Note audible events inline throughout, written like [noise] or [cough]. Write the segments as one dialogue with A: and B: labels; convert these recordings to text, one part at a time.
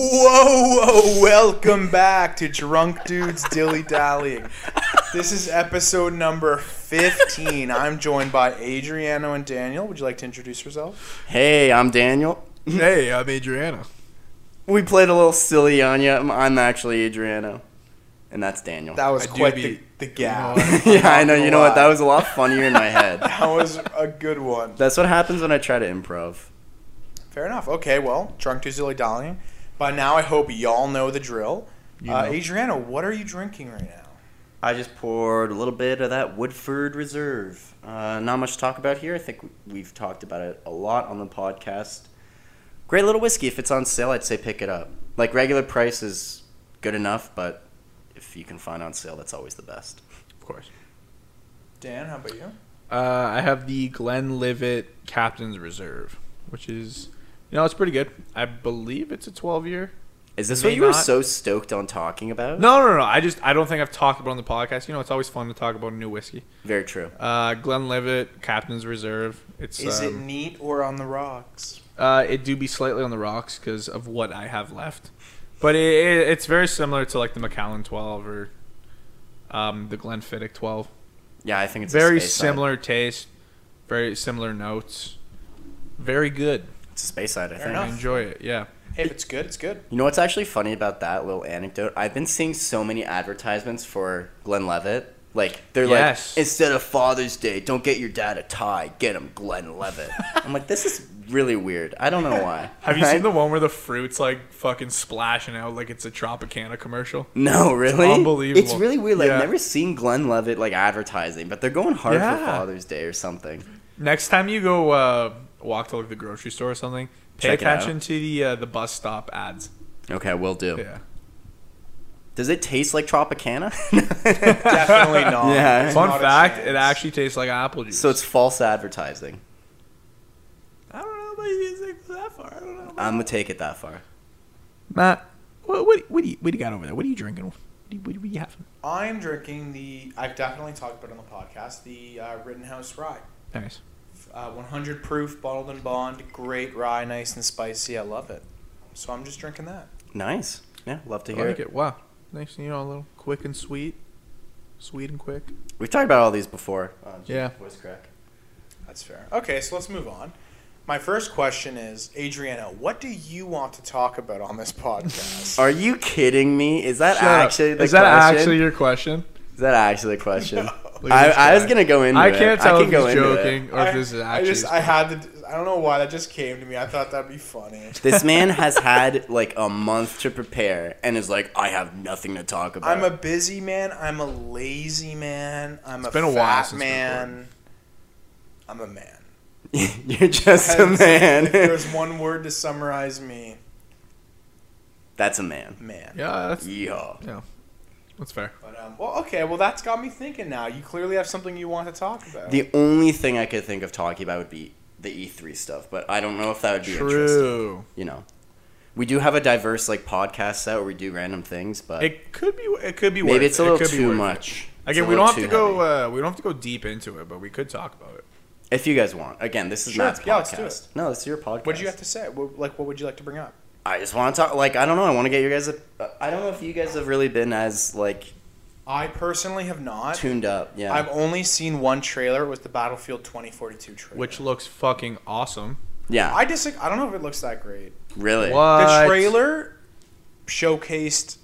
A: Whoa, whoa, welcome back to Drunk Dudes Dilly Dallying. This is episode number 15. I'm joined by Adriano and Daniel. Would you like to introduce yourself?
B: Hey, I'm Daniel.
C: Hey,
A: uh,
C: I'm Adriana.
B: We played a little silly Anya. I'm- I'm actually Adriano, and that's Daniel.
A: That was
C: I do
A: quite the,
C: be-
A: the gap.
B: [laughs] yeah, I know. You know what? That
A: Wow.
B: was a lot funnier in my [laughs]
A: [laughs]
B: head.
A: That was a good one.
B: That's what happens when I try to improv.
A: Fair enough. Okay, well, Drunk Dudes Dilly Dallying. By now, I hope y'all know the drill. uh,
C: know.
A: Adriano, what are you drinking right now?
B: I just poured a little bit of that Woodford Reserve. Uh, not much to talk about here. I think we- we've talked about it a lot on the podcast. Great little whiskey. If it's on sale, I'd say pick it up. Like regular price is good enough, but if you can find on sale, that's always the best.
C: Of course.
A: Dan, how about you?
C: Uh, I have the Glenlivet Captain's Reserve, which is, you know, it's pretty good. I believe it's a 12 year.
B: Is this
C: May
B: what you were
C: not-
B: so stoked on talking about?
C: No, no, no. I just, I don't think I've talked about it on the podcast. You know, it's always fun to talk about a new whiskey.
B: Very true.
C: Uh, Glenlivet Captain's Reserve. It's
A: Is it
C: um,
A: neat or on the rocks?
C: Uh, it do be slightly on the rocks because of what I have left, but it, it, it's very similar to like the Macallan 12 or um, the Glenfiddich 12.
B: Yeah, I think it's a
C: very
B: space side.
C: similar taste, very similar notes, very good.
B: It's a space side, I
A: Fair
B: think.
A: enough.
C: I enjoy it. Yeah.
A: Hey, if it's good, it's
C: [laughs]
A: good.
B: You know what's actually funny about that little anecdote? I've been seeing so many advertisements for Glenlivet. Like they're
C: Yes.
B: like instead of Father's Day, don't get your dad a tie, get him
C: [laughs]
B: Glenlivet. I'm like, this is really weird. I don't know why.
C: Have you
B: Right?
C: seen the one where the fruit's like fucking splashing out like it's a Tropicana commercial?
B: No, really.
C: unbelievable.
B: It's really weird. Like
C: Yeah.
B: I've never seen Glenlivet like advertising, but they're going hard for
C: Yeah.
B: Father's Day or something.
C: Next time you go uh, walk to like the grocery store or something, pay
B: Check it out.
C: attention to the uh, the bus stop ads.
B: Okay, will do.
C: Yeah.
B: Does it taste like
C: [laughs]
B: Tropicana? [laughs]
A: Definitely not.
B: Yeah.
A: There's
C: Fun
A: not a
C: fact:
A: chance.
C: it actually tastes like apple juice.
B: so it's false advertising.
C: I don't know about you think that far. I don't know.
B: I'm gonna take it that far.
C: Matt, what what what do you what do you got over there? What are you drinking? What do you, what do you having?
A: I'm drinking the. I've definitely talked about it on the podcast. The uh, Rittenhouse Rye,
C: Nice.
A: uh, 100 proof, bottled and bond, great rye, nice and spicy. I love it. So I'm just drinking that.
B: Nice. Yeah, love to
C: I
B: hear
C: like
B: it.
C: it. Wow. Nice. You know, a little quick and sweet, sweet and quick.
B: We've talked about all these before.
C: Yeah.
B: Voice crack.
A: That's fair. Okay, so let's move on. My first question is, Adriano, what do you want to talk about on this podcast?
B: Are you kidding me? Is that
C: Shut up.
B: actually the
C: is that
B: question?
C: actually your question?
B: is that actually the
C: [laughs]
B: question?
C: Look at
B: I,
C: this
B: I was
C: guy.
B: gonna go into
C: I
B: it.
C: can't tell
B: I can
C: if
B: go
C: he's
B: into it.
C: joking [laughs] or
A: I,
C: if this is
A: I
C: actually.
A: just, I had to. I don't know why that just came to me. I thought that'd be funny.
B: This
C: [laughs]
B: man has had like a month to prepare and is like, I have nothing to talk about.
A: I'm a busy man. I'm a lazy man. I'm a
C: been a
A: fat
C: while since we
A: man. I'm a man.
B: [laughs] You're just
C: [laughs]
B: a [laughs]
A: That's- If
B: man.
A: there's one word to summarize me,
B: That's a man.
A: man.
C: yeah, that's
B: Yeah.
C: that's fair.
A: But um, well, okay. Well, that's got me thinking now. You clearly have something you want to talk about.
B: The only thing I could think of talking about would be the E3 stuff, but I don't know if that would be interesting.
C: True.
B: You know, we do have a diverse like podcast set where we do random things, but
C: It could be. It could be. worth
B: maybe it's a
C: it. It
B: little
C: could be
B: too
C: worth it.
B: much. It's a
C: Again, we
B: little
C: don't have
B: too
C: to
B: heavy.
C: go. Uh, we don't have to go deep into it, but we could talk about it.
B: If you guys want, again, this is
A: Sure,
B: Matt's podcast.
A: yeah, let's do it.
B: No, this is your podcast.
A: what do you have to say? What, like, what would you like to bring up?
B: I just want to talk. Like, I don't know. I want to get you guys. A, I don't know if you guys have really been as like
A: I personally have not.
B: tuned up. Yeah.
A: I've only seen one trailer. It was the Battlefield 2042 trailer.
C: which looks fucking awesome.
B: yeah.
A: I disagree. I don't know if it looks that great.
B: really.
A: The
C: What?
A: trailer showcased.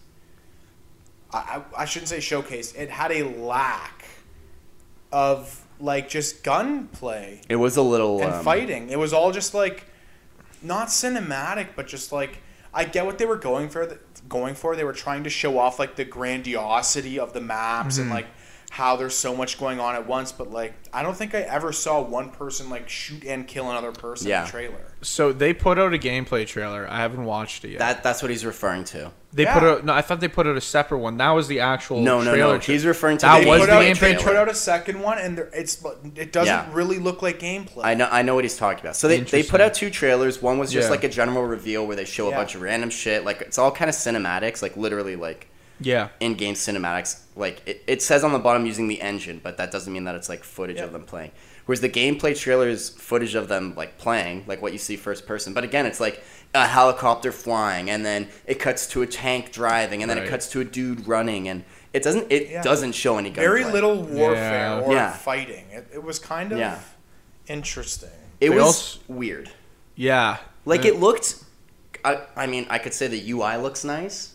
A: I, I, I shouldn't say showcased. It had a lack of like just gunplay
B: It was a little.
A: and
B: um,
A: fighting. It was all just like not cinematic, but just like I get what they were going for. th- Going for they were trying to show off like the grandiosity of the maps
B: Mm-hmm.
A: and like how there's so much going on at once. But like I don't think I ever saw one person like shoot and kill another person in
B: Yeah.
A: the trailer.
C: So they put out a gameplay trailer. I haven't watched it yet.
B: That that's what he's referring to.
C: they
A: Yeah.
C: put out. No, I thought they put out a separate one. That was the actual.
B: No, no,
C: trailer
B: no.
C: tra-
B: He's referring to.
C: That
B: the
A: They
C: was
A: put
C: the
A: out,
C: gameplay
A: They put
C: trailer.
A: out a second one, and there, it's it doesn't
B: Yeah.
A: really look like gameplay.
B: I know, I know what he's talking about. So they, they put
C: Interesting.
B: out two trailers. One was just
C: Yeah.
B: like a general reveal where they show
A: Yeah.
B: a bunch of random shit. Like it's all kind of cinematics, like literally like
C: yeah.
B: in-game cinematics like it, it says on the bottom using the engine but that doesn't mean that it's like footage
A: Yeah.
B: of them playing whereas the gameplay trailer is footage of them like playing like what you see first person but again it's like a helicopter flying, and then it cuts to a tank driving, and then it
C: Right.
B: cuts to a dude running, and it doesn't it
A: Yeah.
B: doesn't show any gunplay.
A: Very little warfare
C: Yeah.
A: or
B: Yeah.
A: fighting. It, it was kind of
B: Yeah.
A: interesting.
B: It
C: They
B: was
C: also-
B: weird.
C: Yeah.
B: Like
C: Uh,
B: it looked. I, I mean, I could say the UI looks nice,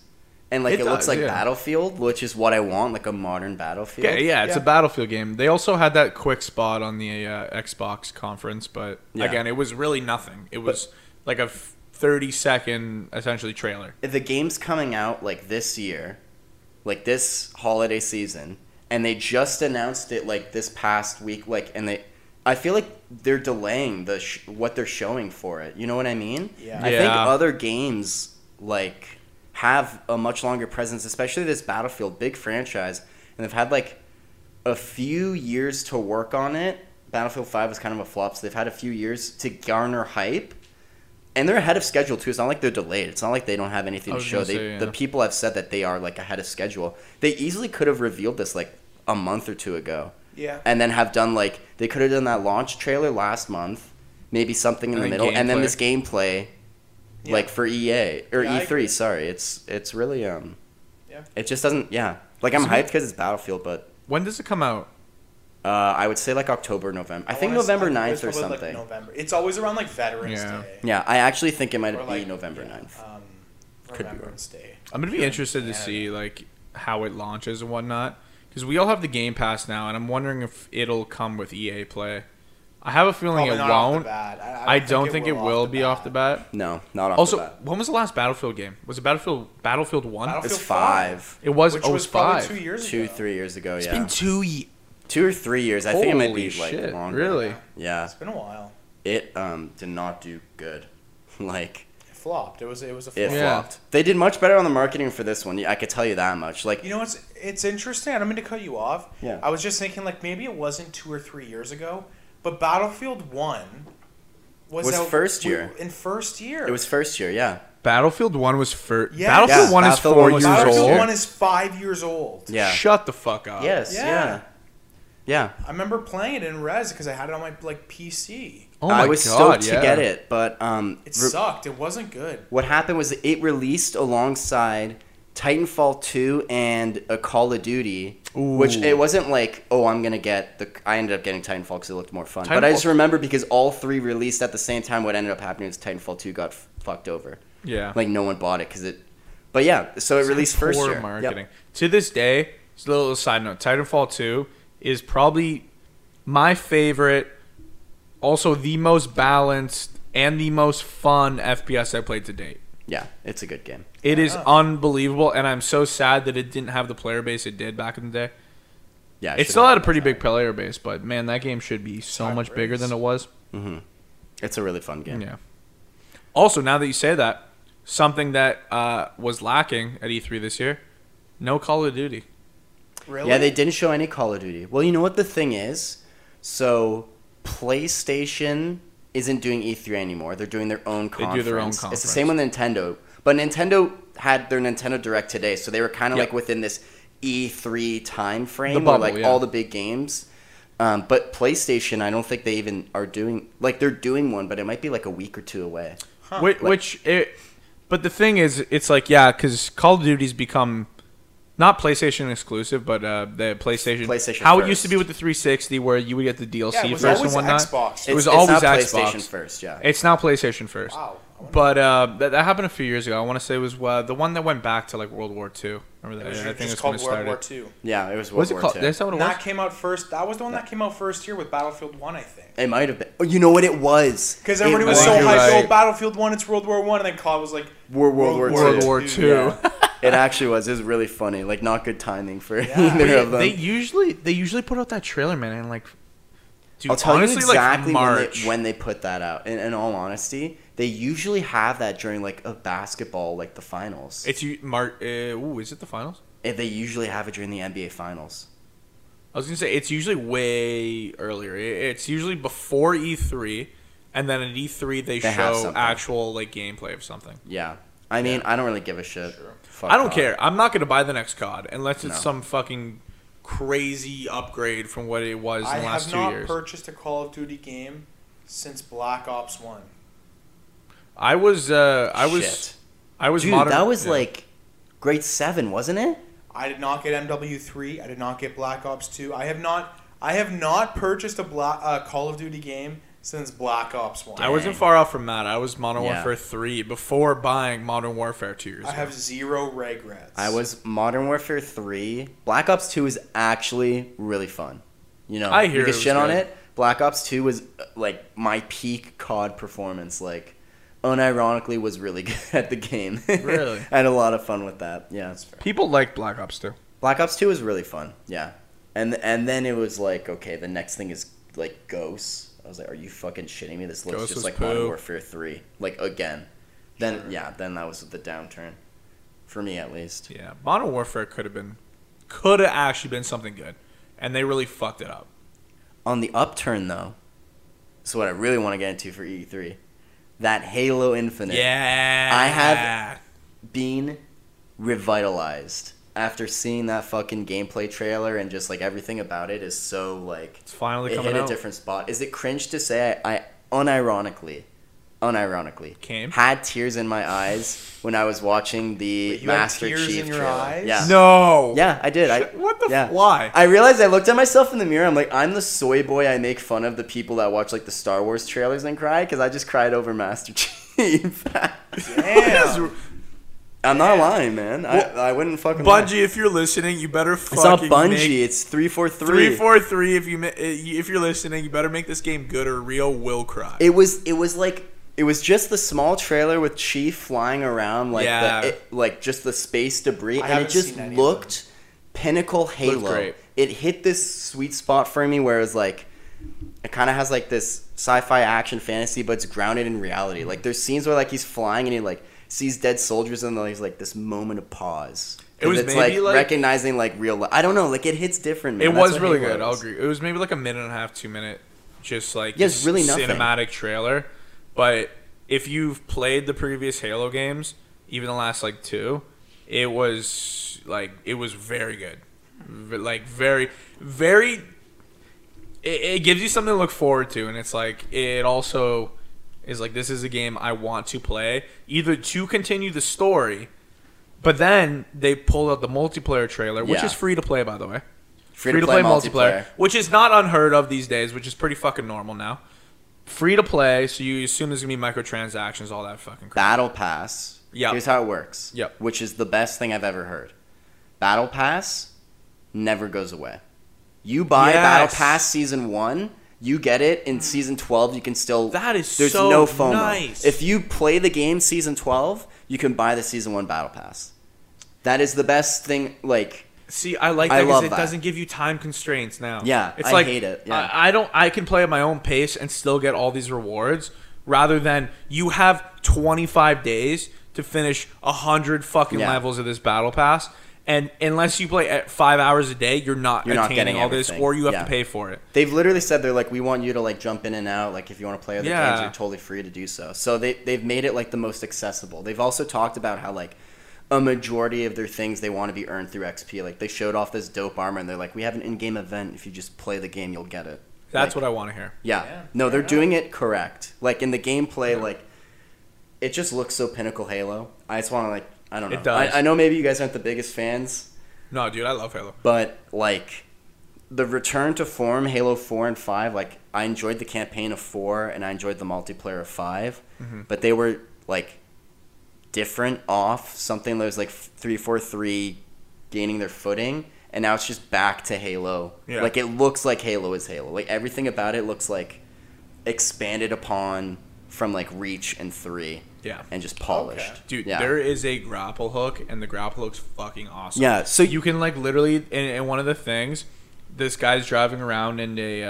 B: and like it,
C: It
B: looks
C: does,
B: like
C: yeah.
B: Battlefield, which is what I want, like a modern Battlefield.
C: Yeah, yeah, it's
A: Yeah.
C: a battlefield game. They also had that quick spot on the uh, Xbox conference, but
B: Yeah.
C: again, it was really nothing. It was like a f- thirty second essentially trailer.
B: If the game's coming out like this year, like this holiday season, and they just announced it like this past week, like and they. I feel like they're delaying the sh- what they're showing for it. You know what I mean?
A: Yeah.
B: I think
C: Yeah.
B: other games like have a much longer presence, especially this Battlefield big franchise, and they've had like a few years to work on it. Battlefield 5 was kind of a flop, so they've had a few years to garner hype. And they're ahead of schedule, too. It's not like they're delayed. It's not like they don't have anything
C: I
B: to
C: was
B: show.
C: gonna
B: They,
C: say, yeah.
B: The people have said that they are, like, ahead of schedule. They easily could have revealed this, like, a month or two ago.
A: Yeah.
B: And then have done, like, they could have done that launch trailer last month, maybe something in
C: And
B: the
C: then
B: middle, and then
C: gameplay.
B: this gameplay,
A: Yeah.
B: like, for EA, or
A: Yeah, I
B: E3,
A: agree.
B: sorry. It's, it's really, um,
A: Yeah.
B: it just doesn't, yeah. Like, I'm
C: Isn't it-
B: hyped because it's Battlefield, but
C: When does it come out?
B: uh, I would say like October, November. I, think
A: wanna s-
B: November
A: I think it
B: 9th
A: was
B: or
A: probably, like,
B: something.
A: November. It's always around like Veterans
C: Yeah.
A: Day.
B: yeah, I actually think it might
A: Or,
B: be
A: like,
B: November
A: yeah,
B: 9th.
A: Um,
B: be wrong.
A: Remembrance Day.
C: I'm gonna be interested to
A: Yeah.
C: see like how it launches and whatnot, because we all have the Game Pass now, and I'm wondering if it'll come with EA Play. I have a feeling
A: Probably
C: it
A: not off the
C: won't.
A: bat. I,
C: I don't think it will be off the bat.
B: No, not off
C: Also,
B: the bat.
C: when was the last Battlefield game? Was it Battlefield Battlefield One?
A: Battlefield
B: It's five,
C: It was
A: Which was
C: 05.
A: probably two years
B: two,
A: ago.
B: three years ago.
C: It's
B: yeah,
C: been two years.
B: two or three years. I think it might be like longer.
C: Really?
B: Yeah,
A: It's been a while.
B: it um did not do good. [laughs] Like
A: It flopped. It was it was a
B: it
A: flop.
C: Yeah.
B: flopped. They did much better on the marketing for this one. Yeah, I could tell you that much. Like
A: You know it's it's interesting. I don't mean to cut you off.
B: Yeah.
A: I was just thinking like maybe it wasn't two or three years ago, but Battlefield One was,
B: Was
A: out-
B: first
A: we-
B: year.
A: in first year.
B: it was first year. Yeah,
C: Battlefield One was first.
A: Yeah.
C: Battlefield
B: Yeah,
C: One
B: Battlefield
C: is four
B: one was
C: years
B: first
A: Battlefield
C: old.
B: year.
A: One is five years old.
B: yeah,
C: Shut the fuck up.
B: yes, yeah.
A: Yeah.
B: yeah.
A: I remember playing it in res because I had it on my like PC.
C: Oh my
B: I was
C: God,
B: stoked
C: yeah.
B: to get it, but um,
A: It
B: re-
A: sucked. It wasn't good.
B: What happened was it released alongside Titanfall 2 and a Call of Duty, which
C: Ooh.
B: it wasn't like, oh, I'm going to get the. I ended up getting Titanfall because it looked more fun. But I just
C: Titanfall-
B: remember because all three released at the same time, what ended up happening was Titanfall 2 got f- fucked over.
C: Yeah.
B: Like, no one bought it because it. But yeah, so it released first
C: Poor
B: year. Yep.
C: marketing. To this day, just a little side note: Titanfall Two is probably my favorite, also the most balanced and the most fun FPS I played to date.
B: Yeah, it's a good game.
C: It is
B: Oh.
A: enough.
C: unbelievable, and I'm so sad that it didn't have the player base it did back in the day.
B: Yeah,
C: It still had a pretty big player base, but man, that game should be so
A: Time
C: much bigger
A: race.
C: than it was.
B: Mm-hmm. It's a really fun game.
C: Yeah. Also, now that you say that, something that uh, was lacking at E3 this year, no Call of Duty.
A: Really?
B: Yeah, they didn't show any Call of Duty. Well, you know what the thing is? So PlayStation isn't doing E3 anymore. They're doing their own
C: They
B: conference.
C: do their own
B: It's the same with Nintendo. But Nintendo had their Nintendo Direct today, so they were kind of
C: Yeah.
B: like within this E E3 time frame
C: The
B: where
C: bubble,
B: like
C: yeah.
B: all the big games. Um, but PlayStation, I don't think they even are doing like they're doing one, but it might be like a week or two away.
C: Which, which it, but the thing is, it's like yeah, because Call of Duty's become not PlayStation exclusive, but uh, the PlayStation.
B: PlayStation
C: how it used to be
B: first.
C: with the 360, where you would get the DLC
A: Yeah, it was
B: first
C: first and
A: always
C: whatnot.
A: Xbox.
C: It
B: It's- it's
C: was
B: not
C: always Xbox.
B: PlayStation first, yeah.
C: It's now PlayStation first.
A: Wow. I wonder-
C: But uh, that, that happened a few years ago. I want to say it was uh, the one that went back to like World War II. Remember
A: It
C: that?
A: was
C: I
A: just
C: think that's when
A: called
C: it
A: World
C: started.
A: War Two.
B: Yeah, it was World
C: What's it
B: War
C: called?
B: II.
C: Is that what it was?
A: That came out first. That was the one that came out first here with Battlefield One, I think.
B: It might have been. Oh, you know what it was?
A: Because
B: It
A: everybody was
C: was.
A: so
C: You're
A: hyped.
C: right.
A: Oh, Battlefield One, it's World War One, and then Claude was like,
B: War- World War
C: World
B: II.
C: War
A: II.
C: Two.
B: Yeah. it actually was. It was really funny. Like not good timing for [laughs]
A: Yeah.
B: either
C: They,
B: of them.
C: they usually they usually put out that trailer, man, and like, dude,
B: I'll tell
C: honestly,
B: you exactly
C: like March.
B: when, they, when they put that out. In, in all honesty, they usually have that during like a basketball, like the finals.
C: it's you, March. Uh, ooh, is it the finals?
B: Eh, they usually have it during the NBA finals.
C: I was gonna say it's usually way earlier. I- It's usually before E three, and then at E three they,
B: They have
C: show
B: something.
C: actual like gameplay of something.
B: Yeah, I mean, I don't really give a shit.
A: Sure.
B: Fuck
C: I don't
B: off.
C: care. I'm not gonna buy the next COD unless it's
B: No.
C: some fucking crazy upgrade from what it was in
A: "I
C: the last
A: have
C: two
A: not
C: years.
A: purchased a Call of Duty game since Black Ops One."
C: I was uh I was
B: Shit.
C: I was
B: Dude,
C: modern.
B: that was
C: yeah.
B: like grade seven, wasn't it?
A: I did not get MW3. I did not get Black Ops 2. I have not. I have not purchased a Black uh, Call of Duty game since Black Ops One.
C: I wasn't
B: Dang.
C: far off from Matt. I was Modern
B: Yeah.
C: Warfare three before buying Modern Warfare two years
A: I
C: ago.
A: have zero regrets.
B: I was Modern Warfare three. Black Ops two is actually really fun. You know,
C: I hear
B: you
C: it
B: can
C: was
B: shit on
C: good.
B: it. Black Ops two was uh, like my peak COD performance. Like, unironically, was really [laughs] good at the game.
C: Really?
B: I [laughs] had a lot of fun with that. Yeah,
A: That's fair.
C: People like Black Ops two.
B: Black Ops two was really fun. Yeah, and and then it was like, okay, the next thing is like Ghosts. I was like, are you fucking shitting me? This looks
C: Ghosts
B: just
C: was
B: like Modern
C: poo.
B: Warfare three. Like again, then
A: Sure.
B: yeah, then that was the downturn, for me at least.
C: Yeah, Modern Warfare could have been, could have actually been something good, and they really fucked it up.
B: On the upturn, though, is what I really want to get into for E3. That Halo Infinite
C: Yeah,
B: I have- being revitalized after seeing that fucking gameplay trailer and just like everything about it is so like
C: It's finally
B: it
C: coming
B: hit a
C: out.
B: different spot. Is it cringe to say I, I unironically, unironically
C: Came?
B: had tears in my eyes when I was watching the
A: Wait, you had
B: Master
A: tears
B: Chief
A: in your
B: trailer?
A: eyes?
B: Yeah,
C: No.
B: yeah, I did. I
C: what the?
B: yeah. [laughs]
C: F- why?
B: I realized I looked at myself in the mirror. I'm like, I'm the soy boy. I make fun of the people that watch like the Star Wars trailers and cry because I just cried over Master [laughs] Chief.
A: Damn.
C: What is-
B: I'm not lying, man.
C: Well,
B: I, I wouldn't fucking. lie.
C: Bungie, if you're listening, you better fucking
B: It's not Bungie.
C: make
B: it's three four three.
C: three four three. If you ma- if you're listening, you better make this game good or Rio will cry.
B: It was. It was like. It was just the small trailer with Chief flying around, like
C: Yeah.
B: the, it, like just the space
A: I
B: debris, and it
A: haven't
B: just
A: seen any of
B: looked pinnacle Halo.
C: great.
B: It hit this sweet spot for me where it was like. It kind of has like this sci-fi action fantasy, but it's grounded in reality. Like there's scenes where like he's flying and he like sees dead soldiers, and then he's like this moment of pause.
C: It was
B: it's
C: maybe, like-
B: recognizing like real. Li- I don't know. Like it hits different. Man.
C: it
B: That's
C: was
B: what
C: really
B: Halo
C: good. I'll
B: is.
C: agree. It was maybe like a minute and a half, two minute, just like
B: Yeah, it's
C: this
B: really nothing.
C: cinematic trailer. But if you've played the previous Halo games, even the last like two, it was like it was very good, V- like very, very. It, it gives you something to look forward to, and it's like it also is like this is a game I want to play either to continue the story. But then they pulled out the multiplayer trailer, which
B: Yeah.
C: is free to play, by the way
B: Free to play multiplayer.
C: which is not unheard of these days, which is pretty fucking normal now. Free to play, so you assume there's gonna be microtransactions, all that fucking crap.
B: Battle Pass.
C: Yep.
B: Here's how it works.
C: Yep.
B: Which is the best thing I've ever heard. Battle Pass never goes away. You buy
C: Yes.
B: Battle Pass season one, you get it in season twelve. You can still
C: That is
B: there's
C: so
B: no FOMO.
C: nice.
B: If you play the game season twelve, you can buy the season one Battle Pass. That is the best thing. Like
C: See, I like
B: I
C: that because
B: love
C: it
B: that.
C: doesn't give you time constraints now.
B: Yeah,
C: it's
B: I
C: like
B: hate it, yeah.
C: I, I don't. I can play at my own pace and still get all these rewards, rather than you have 25 days to finish hundred fucking
B: Yeah.
C: levels of this battle pass, and unless you play at five hours a day, you're not
B: You're not
C: attaining
B: getting
C: all this,
B: everything.
C: or you have
B: Yeah.
C: to pay for it.
B: They've literally said they're like, we want you to like jump in and out. Like, if you want to play other
C: Yeah.
B: games, you're totally free to do so. So they they've made it like the most accessible. They've also talked about how like a majority of their things they want to be earned through XP. Like they showed off this dope armor, and they're like, we have an in-game event. If you just play the game, you'll get it.
C: That's
B: Like,
C: what I want to hear.
B: Yeah.
A: Yeah,
B: No,
A: fair
B: they're
A: enough.
B: doing it correct. Like in the gameplay, like it just looks so pinnacle Halo. I just want to like I don't know.
C: It does.
B: I, I know maybe you guys aren't the biggest fans.
C: No, dude, I love Halo.
B: But like the return to form, Halo Four and Five, like I enjoyed the campaign of Four and I enjoyed the multiplayer of 5
C: Mm-hmm.
B: but they were like different, off something that was like three four three, gaining their footing, and now it's just back to Halo.
C: Yeah.
B: Like it looks like Halo is Halo. Like everything about it looks like expanded upon from like Reach and Three.
C: Yeah.
B: and just polished.
C: Dude,
B: yeah.
C: there is a grapple hook, and the grapple hook's fucking awesome.
B: Yeah, so-
C: you can like literally, and, and one of the things, this guy's driving around in a, uh,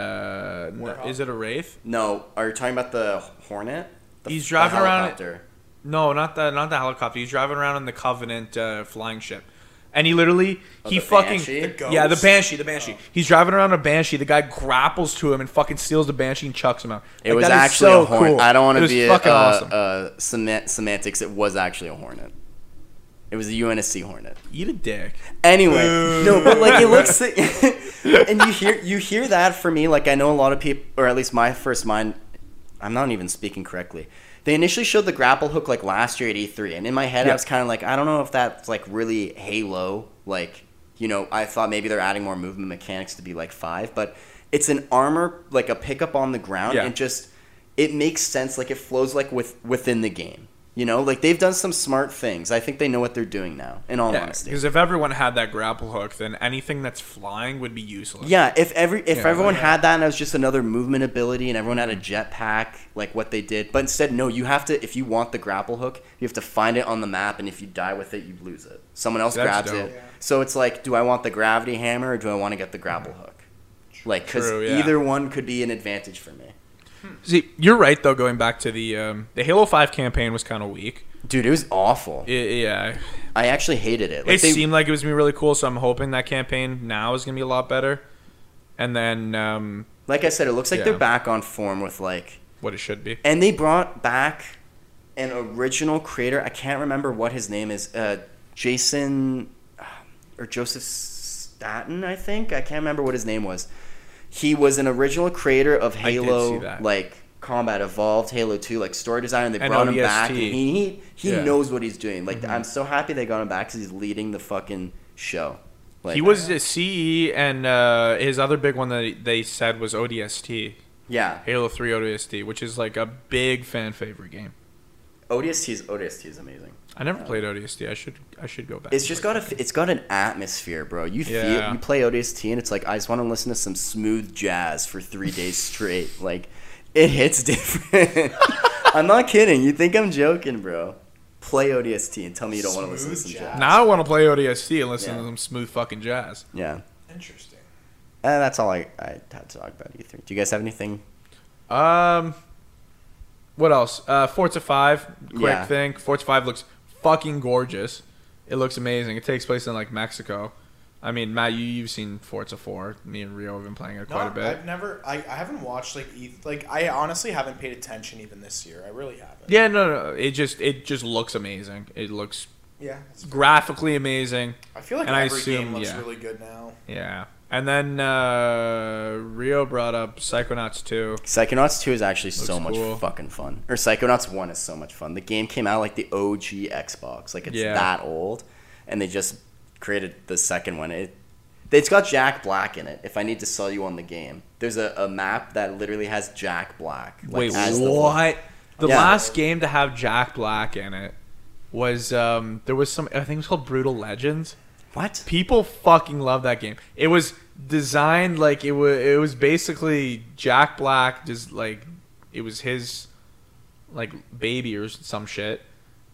C: n-
A: Warhawk.
C: is it a wraith?
B: no, are you talking about the Hornet? The,
C: He's
B: the
C: driving around-
B: helicopter.
C: No, not the not the helicopter. He's driving around in the Covenant uh, flying ship, and he literally
B: Oh,
C: he
B: the
C: fucking
B: Banshee? The
A: ghost?
C: yeah the banshee the banshee.
A: Oh.
C: He's driving around a banshee. The guy grapples to him and fucking steals the banshee and chucks him out.
B: It
C: Like,
B: was
C: that is
B: actually
C: so
B: a hornet.
C: cool.
B: I don't want
C: It
B: to
C: was
B: be a,
C: fucking
B: uh,
C: awesome.
B: uh, seme- semantics. It was actually a hornet. It was a UNSC hornet.
C: Eat a dick.
B: Anyway, no, but like [laughs] it
C: [laughs]
B: looks, and you hear you hear that for me. Like I know a lot of people, or at least my first mind. I'm not even speaking correctly. They initially showed the grapple hook like last year at E3, and in my head I
C: Yeah.
B: was kind of like, I don't know if that's like really Halo. Like, you know, I thought maybe they're adding more movement mechanics to be like five, but it's an armor like a pickup on the ground,
C: Yeah.
B: and just it makes sense. Like it flows like with within the game. You know, like they've done some smart things. I think they know what they're doing now. In all honesty,
C: because if everyone had that grapple hook, then anything that's flying would be useless.
B: Yeah, if every if
C: Yeah,
B: everyone
C: yeah.
B: had that and it was just another movement ability and everyone had a jetpack, like what they did. But instead, no, you have to if you want the grapple hook, you have to find it on the map, and if you die with it, you lose it. Someone else
C: That's
B: grabs
C: dope.
B: it.
A: Yeah.
B: So it's like, do I want the gravity hammer or do I want to get the grapple hook? Like, because
C: True, yeah.
B: either one could be an advantage for me.
C: See, you're right though. Going back to the um, the Halo Five campaign was kind of weak.
B: Dude, it was awful.
C: I- yeah,
B: I actually hated it. Like,
C: it
B: they-
C: seemed like it was gonna be really cool. So I'm hoping that campaign now is gonna be a lot better. And then um,
B: like I said, it looks like
C: Yeah.
B: they're back on form with like
C: what it should be.
B: and they brought back an original creator. I can't remember what his name is. Uh, Jason uh, or Joseph Staten, I think. I can't remember what his name was. He was an original creator of
C: I did see
B: Halo,
C: that.
B: like Combat Evolved, Halo Two, like story design. They
C: And
B: brought him
C: ODST.
B: back. And he he, he
C: E Yeah. Mm-hmm.
B: knows what he's doing. Like I'm so happy they got him back because he's leading the fucking show. Like
C: he was a CE, and uh, his other big one that they said was ODST,
B: yeah.
C: Halo Three ODST, which is like a big fan favorite game.
B: ODST's ODST is amazing.
C: I never played ODST. I should I should go back.
B: It's
C: and
B: just
C: play
B: got a.
C: that.
B: f- It's got an atmosphere, bro. You feel
C: Yeah.
B: you play ODST and it's like I just want to listen to some smooth jazz for three days straight. [laughs] Like, it hits [laughs] different. I'm not kidding. You think I'm joking, bro? Play ODST and tell me you don't want to listen to some
A: Smooth
B: jazz.
A: jazz.
C: Now I want to play ODST and listen
B: Yeah.
C: to some smooth fucking jazz.
B: Yeah, and
A: Interesting.
B: that's all I, I had to talk about. E three. Do you guys have anything?
C: Um, what else? Uh, Forza Five, quick
B: Yeah.
C: thing. Forza Five looks fucking gorgeous. It looks amazing. It takes place in like Mexico. I mean, Matt, you you've seen Forza Four. Me and Rio have been playing it quite a
A: Not-
C: bit.
A: I've never. I, I haven't watched like e- like I honestly haven't paid attention even this year. I really haven't.
C: yeah, no, no, it just it just looks amazing. It looks
A: Yeah. it's-
C: graphically amazing.
A: I feel like
C: And I
A: every
C: assume,
A: game looks
C: yeah.
A: really good now.
C: Yeah, and then uh, Rio brought up Psychonauts Two.
B: Psychonauts two is actually so
C: Looks
B: much
C: cool.
B: fucking fun. Or Psychonauts one is so much fun. The game came out like the OG Xbox. Like it's
C: Yeah.
B: that old, and they just created the second one. It it's got Jack Black in it. If I need to sell you on the game, there's a, a map that literally has Jack Black. like,
C: Wait,
B: as the one.
C: what? The,
B: Yeah.
C: last game to have Jack Black in it was um there was some I think it was called Brutal Legends.
B: What?
C: People fucking love that game. It was designed like it was it was basically Jack Black just like it was his like baby or some shit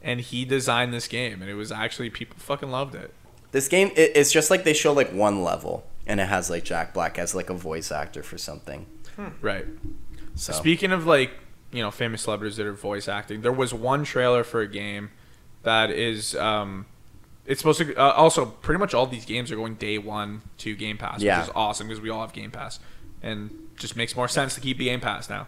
C: and he designed this game and it was actually people fucking loved it.
B: This game, it, it's just like they show like one level, and it has like Jack Black as like a voice actor for something.
C: Right.
B: So
C: Speaking of like, you know, famous celebrities that are voice acting, there was one trailer for a game that is um it's supposed to uh, also pretty much all these games are going day 1 to Game Pass,
B: Yeah.
C: which is awesome because we all have Game Pass and just makes more sense to keep the Game Pass now.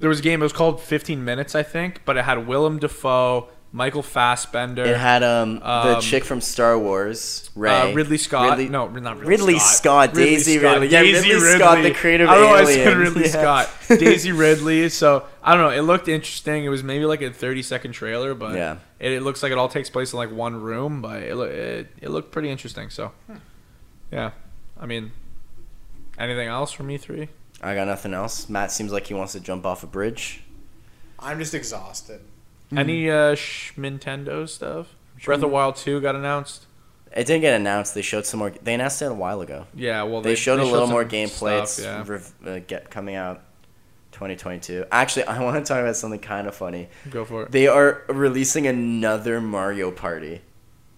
C: There was a game it was called 15 minutes I think, but it had Willem Dafoe, Michael Fassbender,
B: it had um, the
C: Um,
B: chick from Star Wars, Ray
C: uh, Ridley Scott.
B: Ridley-
C: no, not Ridley,
B: Ridley Scott, Daisy Ridley. Yeah,
C: Daisy
B: Ridley Scott, the creator of
C: I don't know why I said
B: Aliens. [laughs]
C: Ridley
B: Yeah.
C: Scott. Daisy Ridley. So I don't know. It looked interesting. It was maybe like a thirty-second trailer, but
B: Yeah.
C: it, it looks like it all takes place in like one room. But it loo- it, it looked pretty interesting. So yeah, I mean, anything else from E three?
B: I got nothing else. Matt seems like he wants to jump off a bridge.
A: I'm just exhausted.
B: Hmm.
C: Any uh, sh- Nintendo stuff? Breath of Wild two got announced.
B: It didn't get announced. They showed some more. They announced it a while ago.
C: Yeah, well
B: They, showed a little more
C: some
B: gameplay. it's
C: stuff,
B: rev- uh, get coming out 2022. Actually, [laughs] I want to talk about something kind of funny.
C: yeah, go for it.
B: They are releasing another Mario Party.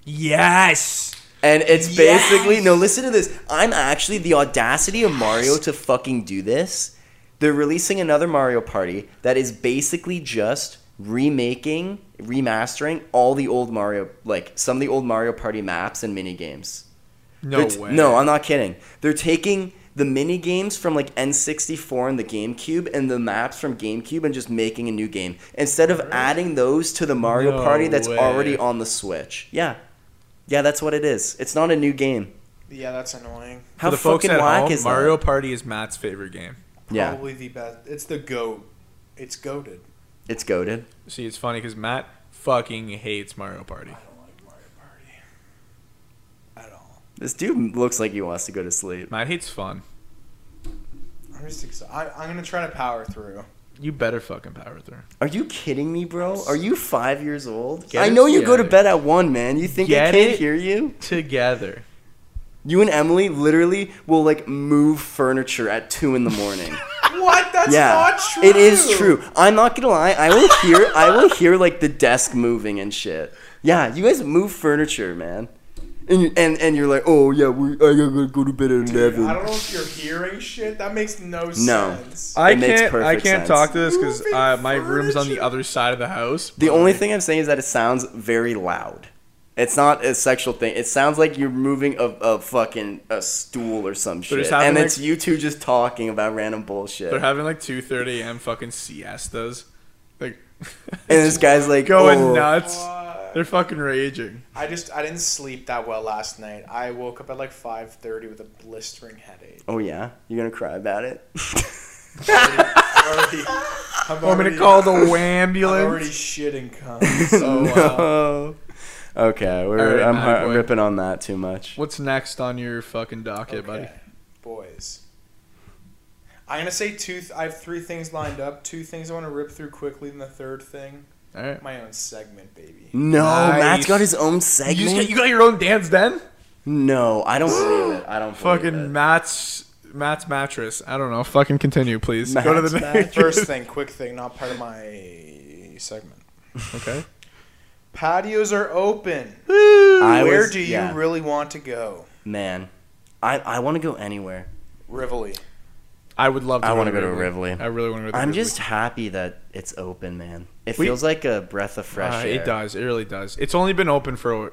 C: Yes.
B: And it's
A: Yes!
B: basically no. Listen to this. I'm actually the audacity of Mario to fucking do this. They're releasing another Mario Party that is basically just remaking, remastering all the old Mario, like some of the old Mario Party maps and mini games.
C: No
B: They're t-
C: way.
B: No, I'm not kidding. They're taking the mini games from like N64 and the GameCube and the maps from GameCube and just making a new game instead of adding those to the Mario
C: No
B: Party that's
C: way.
B: already on the Switch. Yeah. Yeah, that's what it is. It's not a new game.
A: Yeah, that's annoying.
B: How
C: For the folks
B: fucking
C: at
B: whack
C: home,
B: is
C: Mario
B: Mario?
C: Party is Matt's favorite game.
B: Yeah.
A: Probably the best. It's the goat. It's goaded.
B: It's goaded.
C: See, it's funny because Matt fucking hates Mario Party.
A: I don't like Mario Party at all.
B: This dude looks like he wants to go to sleep.
C: Matt hates fun.
A: I'm just excited. I'm gonna try to power
B: [laughs]
A: through.
C: You better fucking power through.
B: Are you kidding me, bro? Are you five years old?
C: Get
B: I
C: it
B: know you go to
C: together.
B: bed at one, man. You think I
C: Get
B: can't
C: it?
B: hear you?
C: Together.
B: You and Emily literally will like move furniture at two in the morning.
A: What? [laughs] That's
B: yeah,
A: not true.
B: it is true. I'm not gonna lie. I will hear. I
A: [laughs]
B: will hear like the desk moving and shit. Yeah, you guys move furniture, man. And you- and and you're like, oh yeah, we I gotta go to bed at
A: Dude,
B: eleven.
A: I don't know if you're hearing shit. That makes no,
B: No. Uh,
A: sense.
C: I
B: It makes
C: can't. I
B: perfect
C: can't
B: sense.
C: talk to this because
A: Moving
C: my room's on the
A: furniture.
C: other side of the house.
B: The only thing I'm saying is that it sounds very loud. It's not a sexual thing. It sounds like you're moving a, a fucking a stool or some
C: They're
B: shit,
C: just having,
B: and
C: like-
B: it's you two just talking about random bullshit.
C: They're
B: And
C: having like 2:30 a.m. fucking siestas. Like,
B: this guy's like,
C: [laughs] going
B: oh.
C: nuts.
A: What?
C: They're fucking raging.
A: I just I didn't sleep that well last night. I woke up at like 5:30 with a blistering headache.
B: Oh yeah, you're gonna cry about
C: [laughs]
B: it.
A: I'm already, I'm
C: I'm
A: already,
C: gonna call [laughs] the
A: I'm
C: wambulance.
A: already shitting
C: [laughs]
A: cum. So uh,
B: [laughs] no.
C: uh,
B: Okay, we're,
C: Alright,
B: I'm,
C: Matt,
B: I'm
C: boy.
B: ripping on that too much.
C: What's next on your fucking docket,
A: okay,
C: buddy?
A: boys. I'm gonna say two. Th- I have three things lined up. Two things I want to rip through quickly, and the third thing,
C: All right.
A: my own segment,
C: [laughs]
A: baby.
B: No, Matt's
C: Nice.
B: got his own
C: You,
B: segment.
C: just got, you got your own dance then?
B: no, I don't believe it. I don't believe
C: Fucking
B: it.
C: Matt's Matt's mattress. I don't know. Fucking continue, please. Go to the
B: Matt's
C: next.
A: First thing, quick thing, not part of my segment.
C: [laughs] Okay.
A: Patios are open.
B: I
A: Where
B: was-
A: do you
B: yeah.
A: really want to go?
B: man? I I want to go anywhere.
A: Rivoli.
C: I would love to.
B: I wanna go to Rivoli.
C: I really want to go to
B: I'm
C: Rivoli.
B: just happy that it's open, man. It
C: We-
B: feels like a breath of fresh
C: Uh,
B: air.
C: It does. It really does. It's only been open for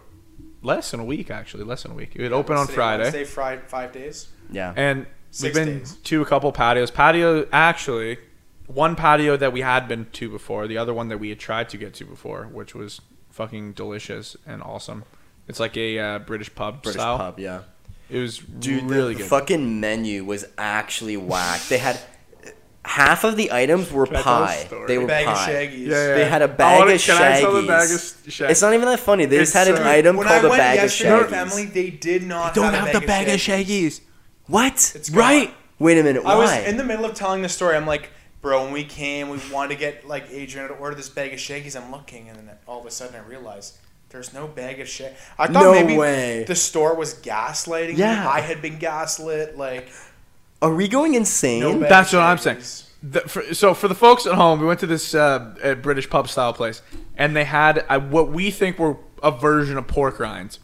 C: less than a week, actually. Less than a week. It opened on
A: Wednesday-
C: Friday.
A: Wednesday, Friday, five days.
B: Yeah.
C: and we've
A: Six
C: been
A: days.
C: to a couple patios. Patio actually, one patio that we had been to before, the other one that we had tried to get to before, which was fucking delicious and awesome. It's like a uh, British pub
B: British
C: style.
B: pub, yeah.
C: It was
B: Dude,
C: really
B: the,
C: good.
B: the fucking menu was actually whack. They had half of the items were
C: Can I tell a
B: pie.
C: story?
B: They were
A: Bag of
B: pie.
A: shaggies.
C: Yeah, yeah.
B: They had a
C: I
B: bag
C: wanna-
B: of
C: can I tell the bag of
B: Shaggies.
C: Shag-
B: It's not even that funny. They just
C: It's
B: had an
C: so-
B: item
A: When
B: called
A: I
B: a
A: went
B: bag of
A: yesterday
B: Shaggies.
A: with Emily, they did not
C: Don't
A: have,
C: have
A: a
C: the bag of shaggies.
B: What?
A: It's gone.
B: right. Wait a minute. Why?
A: I was in the middle of telling the story. I'm like, bro, when we came, we wanted to get like Adrian to order this bag of shaggies. I'm looking, and then all of a sudden I realized there's no bag of shag. I thought
B: No
A: maybe
B: way.
A: the store was gaslighting. me.
B: Yeah.
A: I had been gaslit. Like
B: Are we going insane?
A: no bag
C: That's
A: of
C: what I'm saying.
A: Shaggies.
C: The, for, so for the folks at home, we went to this uh, uh, British pub style place, and they had uh, what we think were a version of pork rinds.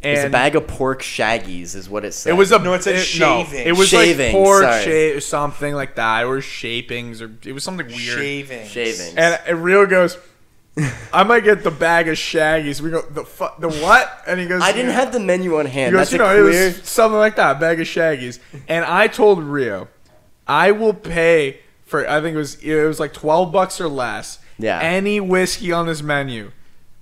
C: And
B: it's a bag of pork Shaggies, is what it said.
C: It was a
A: No, it said
C: it- no,
A: shaving.
C: it was
B: Shaving,
C: like pork
B: sorry.
C: sha- or something like that, or shapings, or it was something weird.
A: Shaving.
B: shaving.
C: And, and Rio goes, "I might get the bag of shaggies." We go, "The fu- the what?" And he goes,
B: I didn't have the menu on
C: He
B: hand.
C: goes,
B: That's a
C: "You know,
B: clear.
C: it was something like that, bag of shaggies." And I told Rio, "I will pay for. I think it was it was like twelve bucks or less.
B: Yeah.
C: any whiskey on this menu,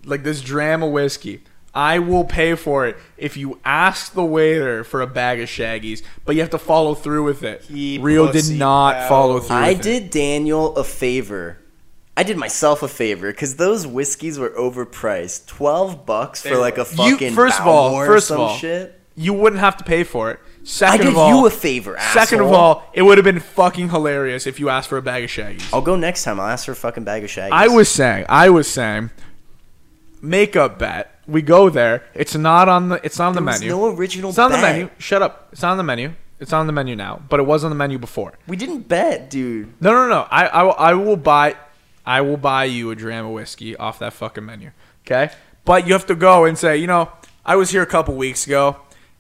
C: like this dram of whiskey." I will pay for it if you ask the waiter for a bag of shaggies, but you have to follow through with it.
A: He
C: Rio did
A: pussied
C: not
A: out.
C: follow through.
B: I
C: with it.
B: did Daniel a favor. I did myself a favor because those whiskeys were overpriced. Twelve bucks
A: They
B: for like
A: were.
B: a fucking
C: first of all-
B: Ballmore or
C: first of
B: some
C: all,
B: shit.
C: You wouldn't have to pay for it.
B: I
C: Second
B: did
C: of all,
B: you a favor.
C: Second of
B: asshole.
C: all, it would have been fucking hilarious if you asked for a bag of shaggies.
B: I'll go next time. I'll ask for a fucking bag of Shaggies.
C: I was saying, I was saying, makeup bet. We go there. It's not on the. It's not on the
B: There was
C: menu.
B: no original
C: It's not on the
B: bet.
C: menu. Shut up. It's not on the menu. It's on the menu now, but it was on the menu before.
B: We didn't bet, dude.
C: No, no, no. I, I, will- I will buy, I will buy you a dram of whiskey off that fucking menu. Okay, but you have to go and say, you know, I was here a couple weeks ago,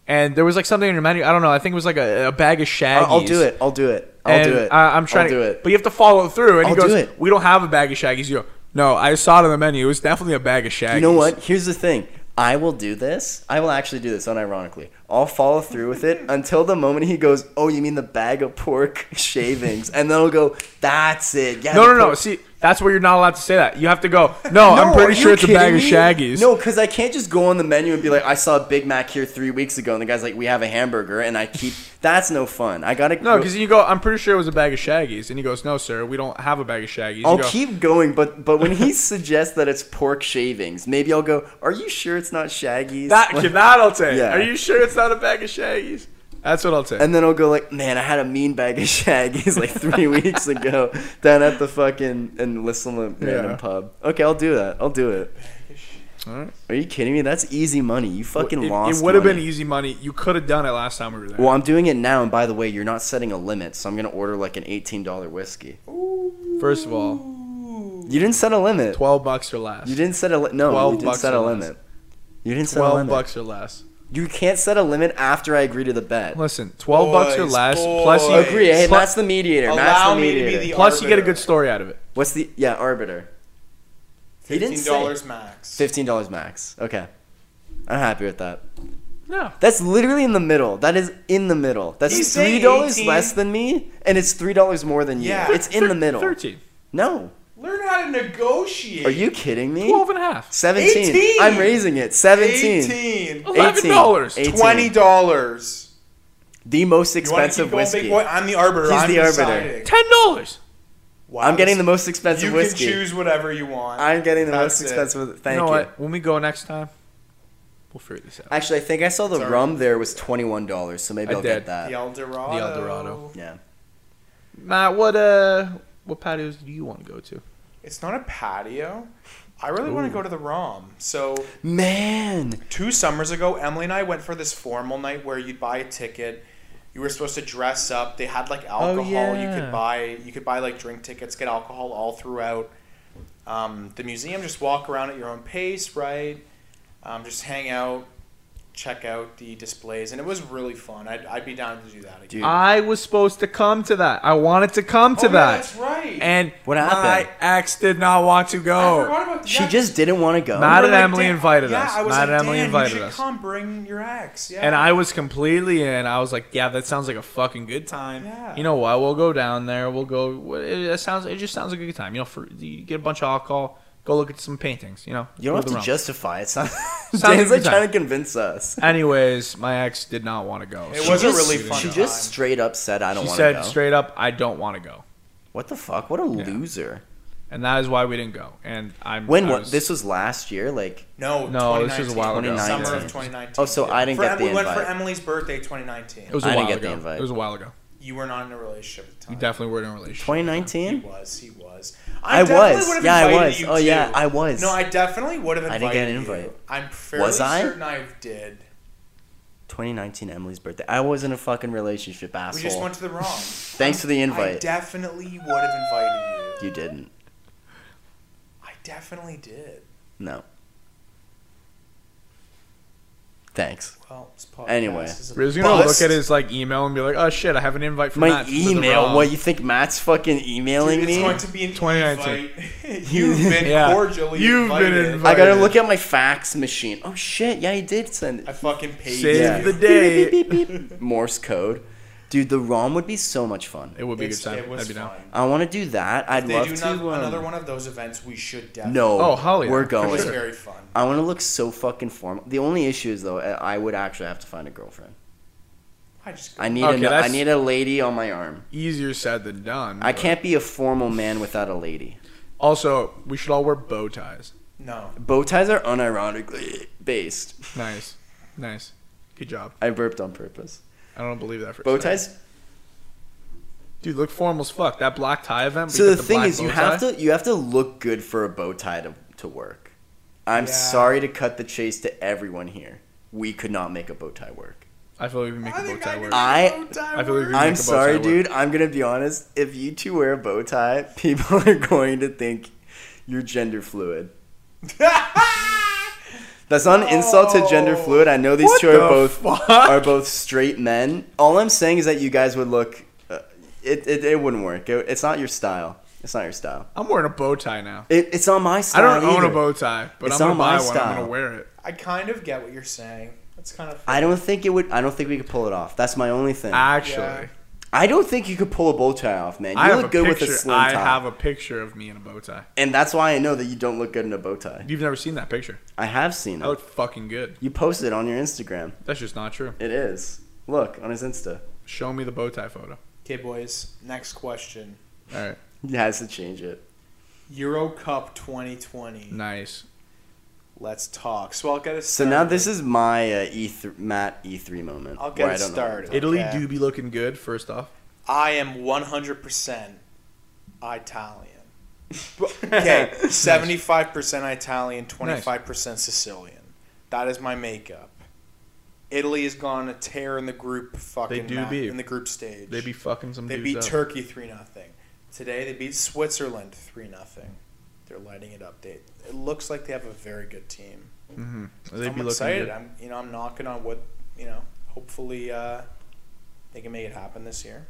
C: and there was like something in your menu. I don't know. I think it was like a, a bag of shaggies.
B: I'll, I'll do it. I'll do it. I'll
C: And
B: do it.
C: I, I'm trying
B: I'll
C: to
B: do it.
C: But you have to follow through. And he
B: I'll
C: goes,
B: do it.
C: "We don't have a bag of shaggies." You go, "No, I saw it on the menu. It was definitely a bag of shaggies."
B: You know what? Here's the thing. I will do this. I will actually do this unironically. I'll follow through with it until the moment he goes, [laughs] "Oh, you mean the bag of pork shavings?" And then I'll go, "That's it." Yeah.
C: No,
B: the
C: no, no.
B: pork-
C: See, That's where you're not allowed to say that. You have to go.
B: [laughs]
C: No, I'm
B: are
C: pretty sure
B: you
C: it's a bag
B: kidding
C: of
B: me?
C: shaggies.
B: No, because I can't just go on the menu and be like, I saw a Big Mac here three weeks ago, and the guy's like, we have a hamburger, and I
C: [laughs]
B: keep. That's no fun. I gotta.
C: No, because you go, I'm pretty sure it was a bag of shaggies. And he goes, No, sir, we don't have a bag of shaggies. You
B: I'll
C: go,
B: keep going, but but when he suggests that it's pork shavings, maybe I'll go. Are you sure it's not Shaggy's? [laughs]
C: that,
B: Like-
C: that I'll take.
B: Yeah.
C: Are you sure it's not a bag of shaggies? That's what I'll take.
B: and then I'll go like, man, I had a mean bag of Shaggy's like
C: [laughs]
B: three weeks ago down at the fucking and listen to
C: Yeah.
B: random pub. Okay, I'll do that. I'll do it.
C: All right.
B: Are you kidding me? That's easy money. You fucking
C: it,
B: lost.
C: It would have been e-
B: money.
C: easy money. You could have done it last time we were there.
B: Well, I'm doing it now, and by the way, you're not setting a limit, so I'm gonna order like an eighteen dollar whiskey.
C: First of all,
B: You didn't set a limit.
C: 12 bucks or less.
B: You didn't set a li- no.
C: 12
B: You didn't
C: bucks
B: set a
C: or less.
B: limit. You didn't set a
C: 12
B: limit.
C: bucks or less.
B: You can't set a limit after I agree to the bet.
C: Listen, 12 bucks or
A: Boys,
C: less. Plus, you
A: boys.
B: Agree. Hey,
C: Plus-
B: Matt's the mediator. Matt's
A: Allow
B: the
A: me to be
B: mediator.
A: the-
C: plus you get a
A: Arbiter.
C: good story out of it.
B: What's the yeah arbiter? He didn't
A: Fifteen
B: say.
A: dollars max.
B: Fifteen dollars max. Okay, I'm happy with that.
C: No.
B: That's literally in the middle. That is in the middle. That's
A: He's
B: three
A: saying
B: dollars
A: 18.
B: less than me, and it's three dollars more than you.
A: Yeah.
B: It's in the middle.
C: 13.
B: No,
A: Learn how to negotiate.
B: are you kidding me?
C: 12 and a half.
B: 17.
A: 18.
B: I'm raising it. 17.
A: eighteen?
C: $11.
B: 18.
A: Twenty dollars.
B: The most
A: You want to
B: expensive
A: keep going,
B: whiskey.
A: big boy? I'm the arbiter.
B: He's
A: I'm
B: the arbiter.
A: deciding.
C: $10.
A: Wow,
B: I'm getting the
A: this-
B: most expensive
A: You
B: whiskey.
A: can choose whatever you want.
B: I'm getting the
A: That's
B: most
A: it.
B: expensive. Thank
C: you know
B: you.
C: what? When we go next time, we'll figure this out.
B: Actually, I think I saw the
A: Sorry.
B: rum there was $21, so maybe
C: I
B: I'll
C: did.
B: get that.
A: The El Dorado.
C: The El Dorado.
B: Yeah.
C: Matt, what uh, what patios do you want to go to?
A: It's not a patio. I really want to go to the ROM. So
B: Man.
A: two summers ago, Emily and I went for this formal night where you'd buy a ticket. You were supposed to dress up. They had like alcohol. You
C: Oh, yeah.
A: could buy you could buy like drink tickets, get alcohol all throughout um, the museum. Just walk around at your own pace, right? Um, just hang out, check out the displays, and it was really fun. I'd, I'd be down to do that again.
B: Dude,
C: I was supposed to come to that. I wanted to come
A: Oh,
C: to
A: yeah,
C: that.
A: that's right.
C: And
B: What
C: my
B: happened?
C: ex did not want to
A: I
C: go.
A: forgot about that.
B: She just didn't want to go.
A: We
C: Matt
A: were
C: and
A: like,
C: Emily
A: "Dan-
C: invited
A: yeah,
C: us.
A: I was like,
C: Matt and Emily
A: "Dan, you
C: invited
A: should
C: us."
A: Come, bring your ex. Yeah.
C: And I was completely in. I was like, yeah, that sounds like a fucking good time.
A: Yeah.
C: You know what? We'll go down there. We'll go. what- It, it sounds. It just sounds like a good time. You know, for you get a bunch of alcohol. Go look at some paintings. You know.
B: you don't
C: go
B: have
C: the
B: to
C: realm.
B: justify it.
C: [laughs]
B: Sounds,
C: like
B: Dan's
C: a
B: like
C: good
B: trying
C: time.
B: to convince us.
C: Anyways, my ex did not want to go.
A: It
C: She
A: was a
B: just,
A: really fun
B: She
A: time.
B: just straight up said, I don't
C: She
B: want
C: said
B: to go.
C: straight up, I don't want to go.
B: What the fuck? What a loser.
C: And that is why we didn't go. And I'm
B: When
C: I
B: wa-
C: was-
B: this was last year, like
A: no,
C: No, this was a while
B: ago.
A: Summer of
B: 2019.
A: 2019.
B: Oh, so I didn't
A: For
B: get
A: Em-
B: the
A: We went for
B: invite.
A: Emily's birthday 2019.
C: it was a
B: I didn't
C: while
B: get the
C: ago.
B: invite.
C: It was a while ago.
A: you were not in a relationship at the time.
C: We definitely were in a relationship.
B: 2019.
A: He was. He was.
B: I
A: definitely
B: was.
A: would've
B: Yeah, I
A: invited
B: was.
A: you,
B: Oh, yeah,
A: too.
B: I was.
A: No, I definitely would have
B: I
A: invited
B: didn't get an
A: you.
B: invite.
A: I'm fairly
B: Was I?
A: certain I did.
B: 2019, Emily's birthday. I was in a fucking relationship,
A: We
B: asshole.
A: just went to the wrong.
B: Thanks for the
A: I
B: invite.
A: definitely would have invited you.
B: you didn't.
A: I definitely did.
B: No. Thanks.
A: Well, this podcast
B: Anyway.
A: is a
C: We're just gonna
A: bust.
C: look at his like email and be like, oh shit, I have an invite from
B: My
C: Matt for the
B: email.
C: realm."
B: What you think Matt's fucking emailing
A: Dude, it's
B: me?
A: going to be an
C: 2019.
A: invite. [laughs] You've been
C: [laughs] Yeah.
A: cordially
C: You've been
A: invited.
C: invited.
B: I gotta look at my fax machine. Oh shit! Yeah, he did send
A: I
B: it.
A: fucking paid
C: Save
A: you.
B: Yeah.
C: the day.
B: Beep, beep, beep, beep. Morse code. Dude, the ROM would be so much fun.
C: It would be a
A: It's-
C: good time.
A: It was
C: That'd be down.
A: fun.
B: I want to do that. I'd
A: They
B: love
A: do
B: to.
A: not-
B: um,
A: another one of those events. We should definitely.
B: No.
C: Oh, hell yeah,
B: We're
C: for
A: it
B: going.
A: was
C: sure.
A: very fun.
B: I want to look so fucking formal. The only issue is though, I I would actually have to find a girlfriend.
A: I just
B: I need
C: Okay,
B: a I
C: that's-
B: need a lady on my arm.
C: Easier said than done.
B: I
C: but-
B: can't be a formal man without a lady.
C: Also, we should all wear bow ties.
A: no.
B: Bow ties are unironically based.
C: Nice, nice. Good job.
B: I burped on purpose.
C: I don't believe that for a
B: Bow
C: second.
B: ties.
C: Dude, look formal as fuck. That black tie event.
B: So the thing is, you have to you have to look good for a bow tie to to work. I'm
A: Yeah.
B: sorry to cut the chase to everyone here. We could not make a bow tie work.
C: I feel like we make a bow tie work.
B: I-
C: I feel like we-
B: I'm
C: make a bow
B: sorry,
C: tie work.
B: dude. I'm gonna be honest. If you two wear a bow tie, [laughs] people are going to think you're gender fluid. That's not an insult to gender
A: No.
B: fluid. I know these
C: What
B: two are
C: the
B: both
C: fuck?
B: are both straight men. All I'm saying is that you guys would look. Uh, it, it it wouldn't work. It, it's not your style. It's not your style.
C: I'm wearing a bow tie now.
B: It, it's not my
C: I
B: style.
C: don't own
B: either.
C: a bow tie, but
B: It's not
C: I'm gonna buy
B: my
C: one. I'm
B: style.
C: gonna wear it.
A: [laughs] I kind of get what you're saying. That's kind of.
B: I don't think it would. I don't think we could pull it off. That's my only thing.
C: Actually,
A: Yeah.
B: I don't think you could pull a bow tie off, man. You
C: I have
B: look
C: a
B: good
C: picture.
B: with a slim
C: I
B: top,
C: have a picture of me in a bow tie.
B: and that's why I know that you don't look good in a bow tie.
C: You've never seen that picture.
B: I have seen
C: I
B: it.
C: look fucking good.
B: You posted it on your Instagram.
C: That's just not true.
B: It is. Look on his Insta.
C: Show me the bow tie photo.
A: Okay, boys. Next question.
C: All right,
B: He has to change it.
A: Euro Cup 2020.
C: nice.
A: Let's talk. So I'll get us.
B: So now this is my uh, E3, Matt E3 moment.
A: I'll get
B: where I
A: it
B: don't know what I'm
A: started.
B: talking
C: Italy
A: Okay.
C: do be looking good. First off,
A: I am 100% Italian.
C: [laughs]
A: Okay, 75% Italian, 25% Sicilian. That is my makeup. Italy has gone a tear in the group fucking
C: do
A: ma-
C: beat.
A: in the group stage.
C: they be fucking some
A: They
C: dudes
A: beat
C: up.
A: Turkey 3 nothing. Today they beat Switzerland 3 nothing. They're lighting it up. They, it looks like they have a very good team.
C: hmm They
A: I'm
C: be
A: excited.
C: looking good.
A: I'm you know, I'm knocking on wood, you know, hopefully uh, they can make it happen this year.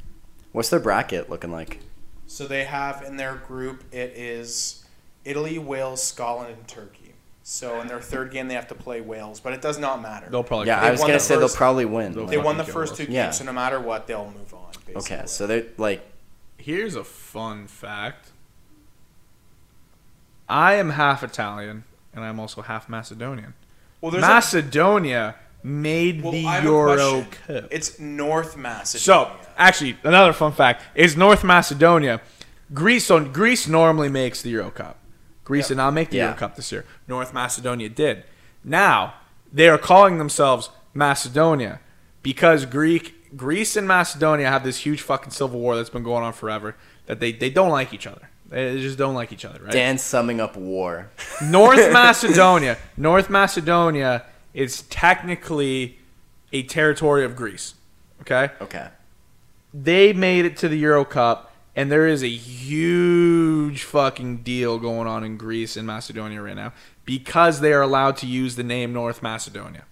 B: What's their bracket looking like?
A: So they have in their group it is Italy, Wales, Scotland, and Turkey. So in their third game they have to play Wales, but it does not matter.
C: They'll probably
B: yeah,
A: they
B: I was
A: won
B: gonna
A: the
B: say they they'll
A: first-
B: probably win.
C: They'll
A: they
B: Like,
C: fuck-
A: won the
C: Fucking
A: first two
C: kill
A: games,
B: Yeah.
A: so no matter what, they'll move on. Basically.
B: okay, so they're like
C: Here's a fun fact. I am half Italian and I'm also half Macedonian.
A: well, there's a,
C: Macedonia made
A: well,
C: the
A: I have a
C: Euro
A: question.
C: Cup.
A: It's North Macedonia.
C: So, actually, another fun fact is North Macedonia. Greece so Greece normally makes the Euro Cup. Greece did not make the
B: Yeah.
C: Euro Cup this year. North Macedonia did. Now they are calling themselves Macedonia because Greek Greece and Macedonia have this huge fucking civil war that's been going on forever. That they, they don't like each other. They just don't like each other, right?
B: Dan summing up war.
C: [laughs]
B: [laughs]
C: North Macedonia. North Macedonia is technically a territory of Greece. Okay?
B: Okay.
C: they made it to the Euro Cup, and there is a huge fucking deal going on in Greece and Macedonia right now because they are allowed to use the name North Macedonia.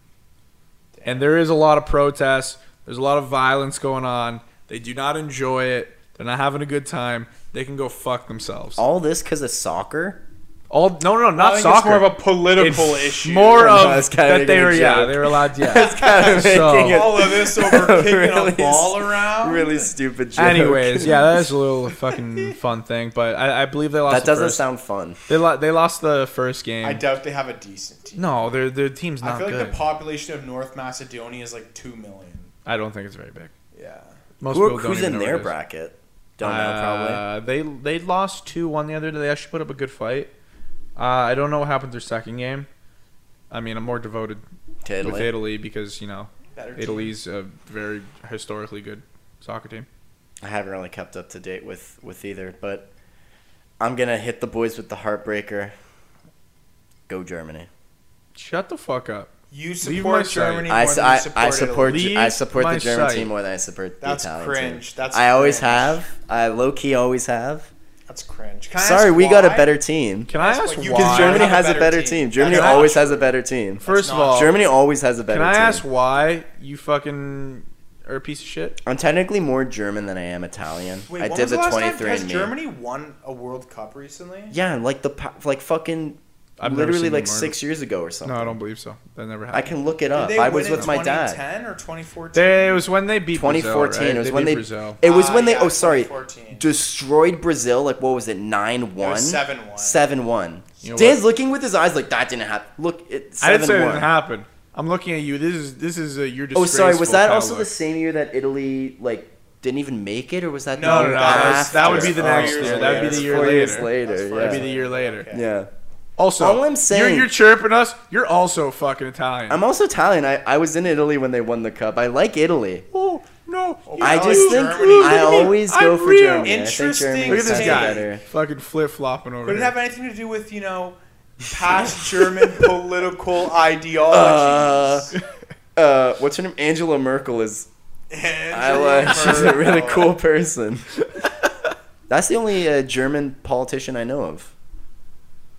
C: And there is a lot of protests. There's a lot of violence going on. They do not enjoy it. They're not having a good time. They can go fuck themselves.
B: All this because of soccer?
C: All no, no, no
A: I
C: not
A: think
C: soccer.
A: It's more of a political
C: It's
A: issue.
C: More
B: No,
C: of
B: it's kinda
C: that they
B: making a
C: were yeah
B: joke.
C: they were allowed yeah.
B: [laughs] That's kind of
C: [laughs] So-
B: making it
A: all of this over kicking
B: Really
A: a ball
B: s-
A: around.
B: really stupid. Joke.
C: Anyways, yeah, that is a little fucking fun thing, but I, I believe they lost.
B: that
C: the
B: doesn't
C: first-
B: sound fun.
C: They lo- they lost the first game.
A: I doubt they have a decent team.
C: no, their their team's
A: I
C: not
A: feel like
C: good.
A: the population of North Macedonia is like two million.
C: I don't think it's very big.
A: Yeah.
C: Most
B: Who,
C: people don't
B: who's
C: even
B: in
C: know
B: their
C: what it is.
B: bracket? Don't know, probably.
C: Uh, they they lost two one the other day. They actually put up a good fight. Uh, I don't know what happened their second game. I mean, I'm more devoted
B: To
C: with
B: Italy.
C: Italy because you know
A: Better team.
C: Italy's a very historically good soccer team.
B: I haven't really kept up to date with with either, but I'm gonna hit the boys with the heartbreaker. Go Germany.
C: Shut the fuck up.
A: You
C: my
A: support
C: site.
A: Germany more
B: I,
A: than
B: I,
A: you support
B: I support
C: Italy.
B: Ge- I support the
C: Leave
B: German
C: my
B: team more than I support the
A: That's
B: Italian
A: cringe.
B: team.
A: That's
B: I always
A: cringe.
B: have. I low key always have.
A: That's cringe. Can I
B: Sorry,
A: ask
B: we got a
A: why?
B: better team.
C: Can I
A: That's
C: ask
A: what you
C: why?
A: deserve.
B: Germany
A: have a
B: has a
A: better
B: better
A: team.
B: team. Germany
A: That's
B: always
A: not
B: has a better team.
C: First of
A: not
C: all,
A: true.
B: Germany always has a better
C: can I
B: team.
C: ask why you fucking are a piece of shit?
B: I'm technically more German than I am Italian.
A: Wait,
B: I
A: when
B: did
A: was the,
B: the
A: last time
B: 23
A: has
B: and me.
A: Germany won a World Cup recently?
B: Yeah, like the pa- like fucking
C: I've never
B: literally
C: seen
B: like
C: them win.
B: 6 years ago or something.
C: No, I don't believe so. That never happened.
B: I can look it
A: Did
B: up.
A: they
B: I
A: win
B: was
A: in
B: with my dad.
A: 2010 or 2014?
C: They, it was when they beat
B: 2014.
C: Brazil, right?
B: It was
C: They
B: when
C: beat
B: they.
C: Brazil.
B: It was
A: Ah,
B: when they.
A: yeah,
B: oh, sorry.
A: 2014.
B: Destroyed Brazil. Like what was it? Nine
A: It
B: one.
A: was 7-1.
B: Seven one.
C: You know
B: Dan's looking with his eyes like that didn't happen. Look, it's
C: I
B: seven
C: didn't say it
B: one.
C: didn't happen. I'm looking at you. This is this is a you're
B: oh, sorry. Was
C: disgraceful
B: that
C: kinda
B: also the
C: look.
B: same year that Italy like didn't even make it, or was that
A: No,
B: the
A: no,
B: year
A: no, that was-
B: after?
A: that would be the
B: Oh,
A: next
B: four
A: year. That'd be
B: years
A: the
C: year
B: four years
C: later.
B: later.
A: That's
B: Yeah.
A: four
C: That'd be the year later.
A: Okay.
B: yeah.
C: Also,
B: All I'm
C: you're,
B: saying-
C: you're chirping us. You're also fucking Italian.
B: I'm also Italian. I, I was in Italy when they won the cup. I like Italy.
C: oh no!
B: I
A: I like
B: just think
A: Germany.
B: I always
C: I'm
B: go for
C: real.
B: Germany.
A: Interesting
B: I think Germany
C: Look at this
A: Hey.
C: guy,
B: Better.
C: fucking flip flopping over.
A: Would it
C: here.
A: have anything to do with, you know, past [laughs] German political
B: Uh,
A: ideologies?
B: uh, what's her name? Angela Merkel is. I like. [laughs] She's a really
A: Oh,
B: cool person. [laughs] That's the only uh, German politician I know of.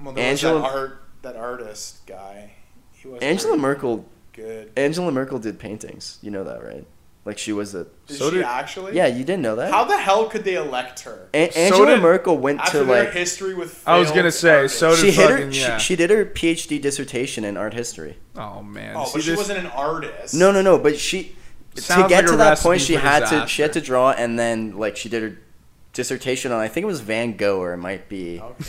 A: Well, there was
B: Angela-
A: that, art, that artist guy. He was
B: Angela
A: pretty
B: Merkel.
A: Good.
B: Angela Merkel did paintings. You know that, right? Like she was a.
A: Is
C: So
A: she
C: did-
A: actually?
B: Yeah, you didn't know that.
A: How the hell could they elect her?
B: A-
C: So
B: Angela
C: did-
B: Merkel went
A: After
B: to
A: their
B: like.
A: history with
C: I was gonna
A: failed
C: say,
A: artists.
C: so did-
B: She hit her.
C: fucking- yeah.
B: She, she did her PhD dissertation in art history.
C: [laughs] Oh man!
A: Oh,
C: See
A: but she
C: this?
A: wasn't an artist.
B: No, no, no. But she
C: sounds
B: to get
C: like
B: to
C: a
B: that point,
C: recipe
B: she
C: for
B: had to she
C: disaster.
B: had to draw, and then like she did her dissertation on I think it was Van Gogh or it might be.
A: Okay.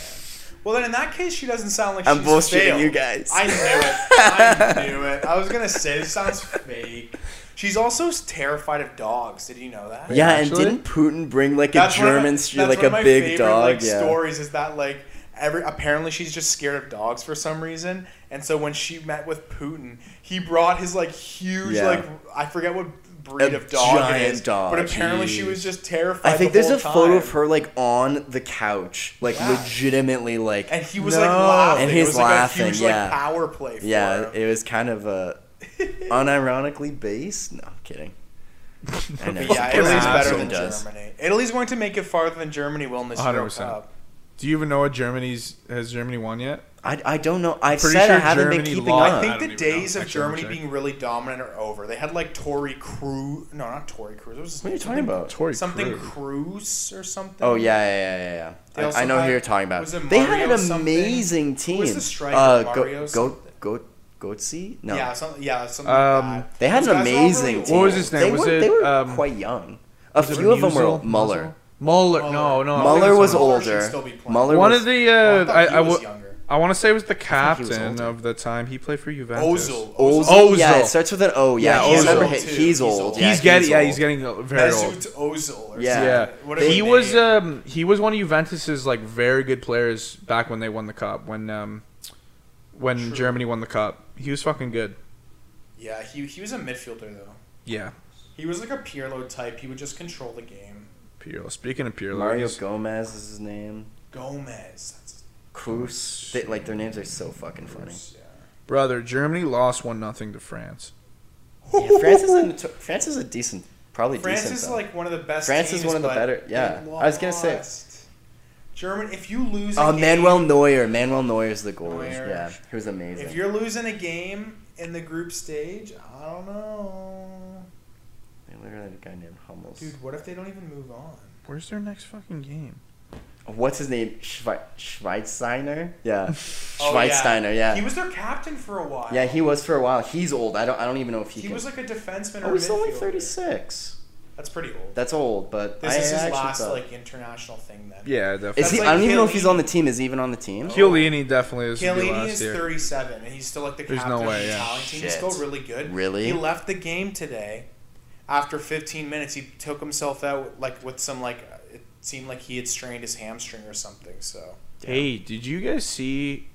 A: Well, then in that case, she doesn't sound like
B: I'm
A: she's
B: bullshitting
A: failed.
B: you guys.
A: I knew it. I knew it. I was gonna say this sounds fake. She's also terrified of dogs. Did you know that?
B: [laughs] yeah,
C: actually?
B: and didn't Putin bring like a
A: That's one of my-
B: German, str-
A: that's
B: like
A: one of
B: a
A: my
B: big
A: favorite,
B: dog?
A: Like,
B: yeah.
A: Stories is that like every apparently she's just scared of dogs for some reason, and so when she met with Putin, he brought his like huge
B: Yeah.
A: like I forget what breed
B: A
A: of dog it
B: giant
A: is,
B: dog,
A: but apparently she
C: jeez.
A: was just terrified.
B: I think
A: the
B: there's a
A: whole
B: photo of
A: time.
B: her like on the couch, like
A: Yeah.
B: legitimately like.
A: and he was
C: No.
A: like laughing.
B: And
A: It
B: he's
A: was,
B: laughing,
A: Like, a huge,
B: yeah.
A: like, power play. For him.
B: yeah, it was kind of
A: [laughs]
B: a unironically based. No, I'm kidding. I know.
A: But
C: Fucking
A: yeah, Italy's better
C: asshole
A: than
B: does.
A: Germany. Italy's going to make it farther than Germany will in this Euro
C: 100%.
A: Cup.
C: Do you even know what Germany's has Germany won yet?
B: I, I don't know. I
C: Pretty
B: said I
C: sure
B: haven't been
C: Germany
B: keeping
C: lost.
A: I
B: up.
A: think
C: I don't
A: the
C: even
A: days
C: know.
A: of
C: Actually, I'm
A: Germany
C: gonna check.
A: being really dominant are over. They had like Tory Crew. No, not Tory Crew. What
B: What are you talking about?
C: Tory
A: Something
C: Crew.
A: Cruz or something.
B: Oh yeah, yeah, yeah, yeah.
A: They
B: yeah.
A: also
B: I, I know who
A: had-
B: you're talking about.
A: was it
B: They had an
A: Mario something?
B: amazing
A: Who
B: team.
A: was the striker?
B: Uh, go,
A: Mario
B: go,
A: something?
B: go, Goetze? No.
A: Yeah, some, yeah, something
C: Um,
A: like that.
B: They had
A: Those
B: an
A: guys were all
B: amazing
A: really
B: team.
C: What was his name?
B: They
C: Was
B: were,
C: it,
B: they were
C: um,
B: quite young. A
C: Was it
B: few of them were
C: Musil?
B: old. Muller.
C: Muller.
A: Muller.
C: No, no. I don't
B: Muller
C: think
B: was
C: so.
A: Muller should
B: older.
A: still be playing.
B: Muller
C: One
B: was
C: of the
A: Oh, I
C: uh,
A: thought
C: I
A: he
C: I,
A: was
C: w-
A: younger.
C: I want to say it was the
B: thought he was
C: captain
B: older.
C: of the time. He played for Juventus. Oh,
A: Ozil.
B: Ozil.
C: Ozil.
B: Yeah, it starts with an O. Yeah,
C: Yeah,
B: I remember
A: Ozil
B: he-
A: too.
B: he's,
A: He's
B: old.
A: old.
B: Yeah,
C: he's getting yeah,
B: old.
C: he's getting very old.
A: Mesut Ozil. Or
B: Yeah.
C: Yeah,
A: something. What a
C: he
A: great
C: was
A: name.
C: um he was one of Juventus's like very good players back when they won the cup when um when
A: True.
C: Germany won the cup he was fucking good
A: yeah, he he was a midfielder though.
C: yeah
A: He was like a Pirlo type. He would just control the game.
C: Pirlo speaking of Pirlo
B: Mario
C: he's-
B: Gomez is his name.
A: Gomez. That's
B: Cruz. They, like their names are so fucking funny.
A: Yeah.
C: brother Germany lost one nothing to France
B: Yeah, France is a noto- France is a decent, probably
A: France
B: decent.
A: is
B: though.
A: like one of the best.
B: France is
A: teams,
B: one of the
A: but
B: better-
A: they
B: yeah. I was gonna say-
A: lost. German. If you lose, a
B: Oh,
A: game,
B: Manuel Neuer. Manuel Neuer's the goalie.
A: Neuer.
B: Yeah, he was amazing.
A: If you're losing a game in the group stage, I don't know,
B: They literally had a guy named Hummels.
A: dude. What if they don't even move on?
C: where's their next
A: [laughs]
C: fucking game
B: What's his name? Schwe- Schweitsteiner? Yeah.
A: Oh,
B: Schweitsteiner, yeah.
A: He was their captain for a while.
B: yeah, he was for a while. He's old. I don't I don't even know if he,
A: He
B: can.
A: was like a defenseman
B: oh,
A: or
B: he's only
A: midfielder.
B: 36.
A: That's pretty old.
B: That's old, but
A: this
B: I
A: is his
B: actually
A: last
B: thought-
A: like international thing then.
C: yeah
B: Is
A: That's
C: definitely
B: he
A: like
B: I don't even know if
A: Chiellini.
B: he's on the team. Is he even on the team?
A: Chiell-
C: Chiellini definitely is gonna be
A: Chiellini
C: last
A: is
C: year
A: 37, and he's still like the
C: There's
A: captain
C: no
A: of
C: way,
A: the
C: yeah.
A: Italian team. He's
B: Shit.
A: still really good.
B: Really?
A: He left the game today. After 15 minutes, he took himself out like with some like it seemed like he had strained his hamstring or something. So
C: hey did you guys see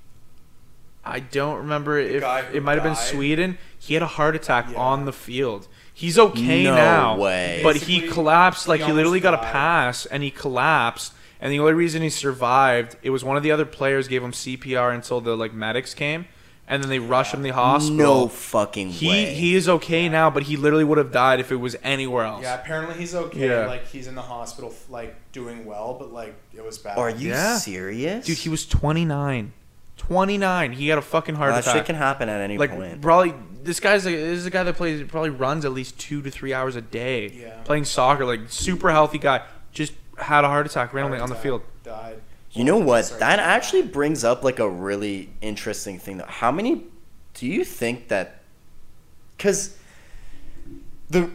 C: I don't remember if
A: guy who
C: it might have been
A: died?
C: Sweden he had a heart attack
A: Yeah.
C: on the field he's okay
B: No
C: now
B: way.
C: but he
A: Basically,
C: collapsed
A: he
C: like he literally
A: almost
C: got a
A: died.
C: pass and he collapsed and the only reason he survived it was one of the other players gave him cpr until the like medics came and then they rushed him to the hospital
B: No fucking
C: he
B: way.
C: he is okay now but he literally would have died if it was anywhere else
A: yeah, apparently he's okay.
C: Yeah.
A: Like he's in the hospital, like doing well, but like it was bad.
B: Are you
C: Yeah.
B: serious?
C: dude he was 29 29 he had a fucking heart
B: Well, that shit
C: attack
B: can happen at any
C: like
B: point.
C: probably this guy's like, this is a guy that plays probably runs at least two to three hours a day
A: Yeah.
C: playing soccer like super healthy guy just had a heart attack
A: Heart
C: randomly on the
A: attack,
C: field
A: Died.
B: You know what?
A: Sorry.
B: That actually brings up like a really interesting thing though. How many do you think that cuz the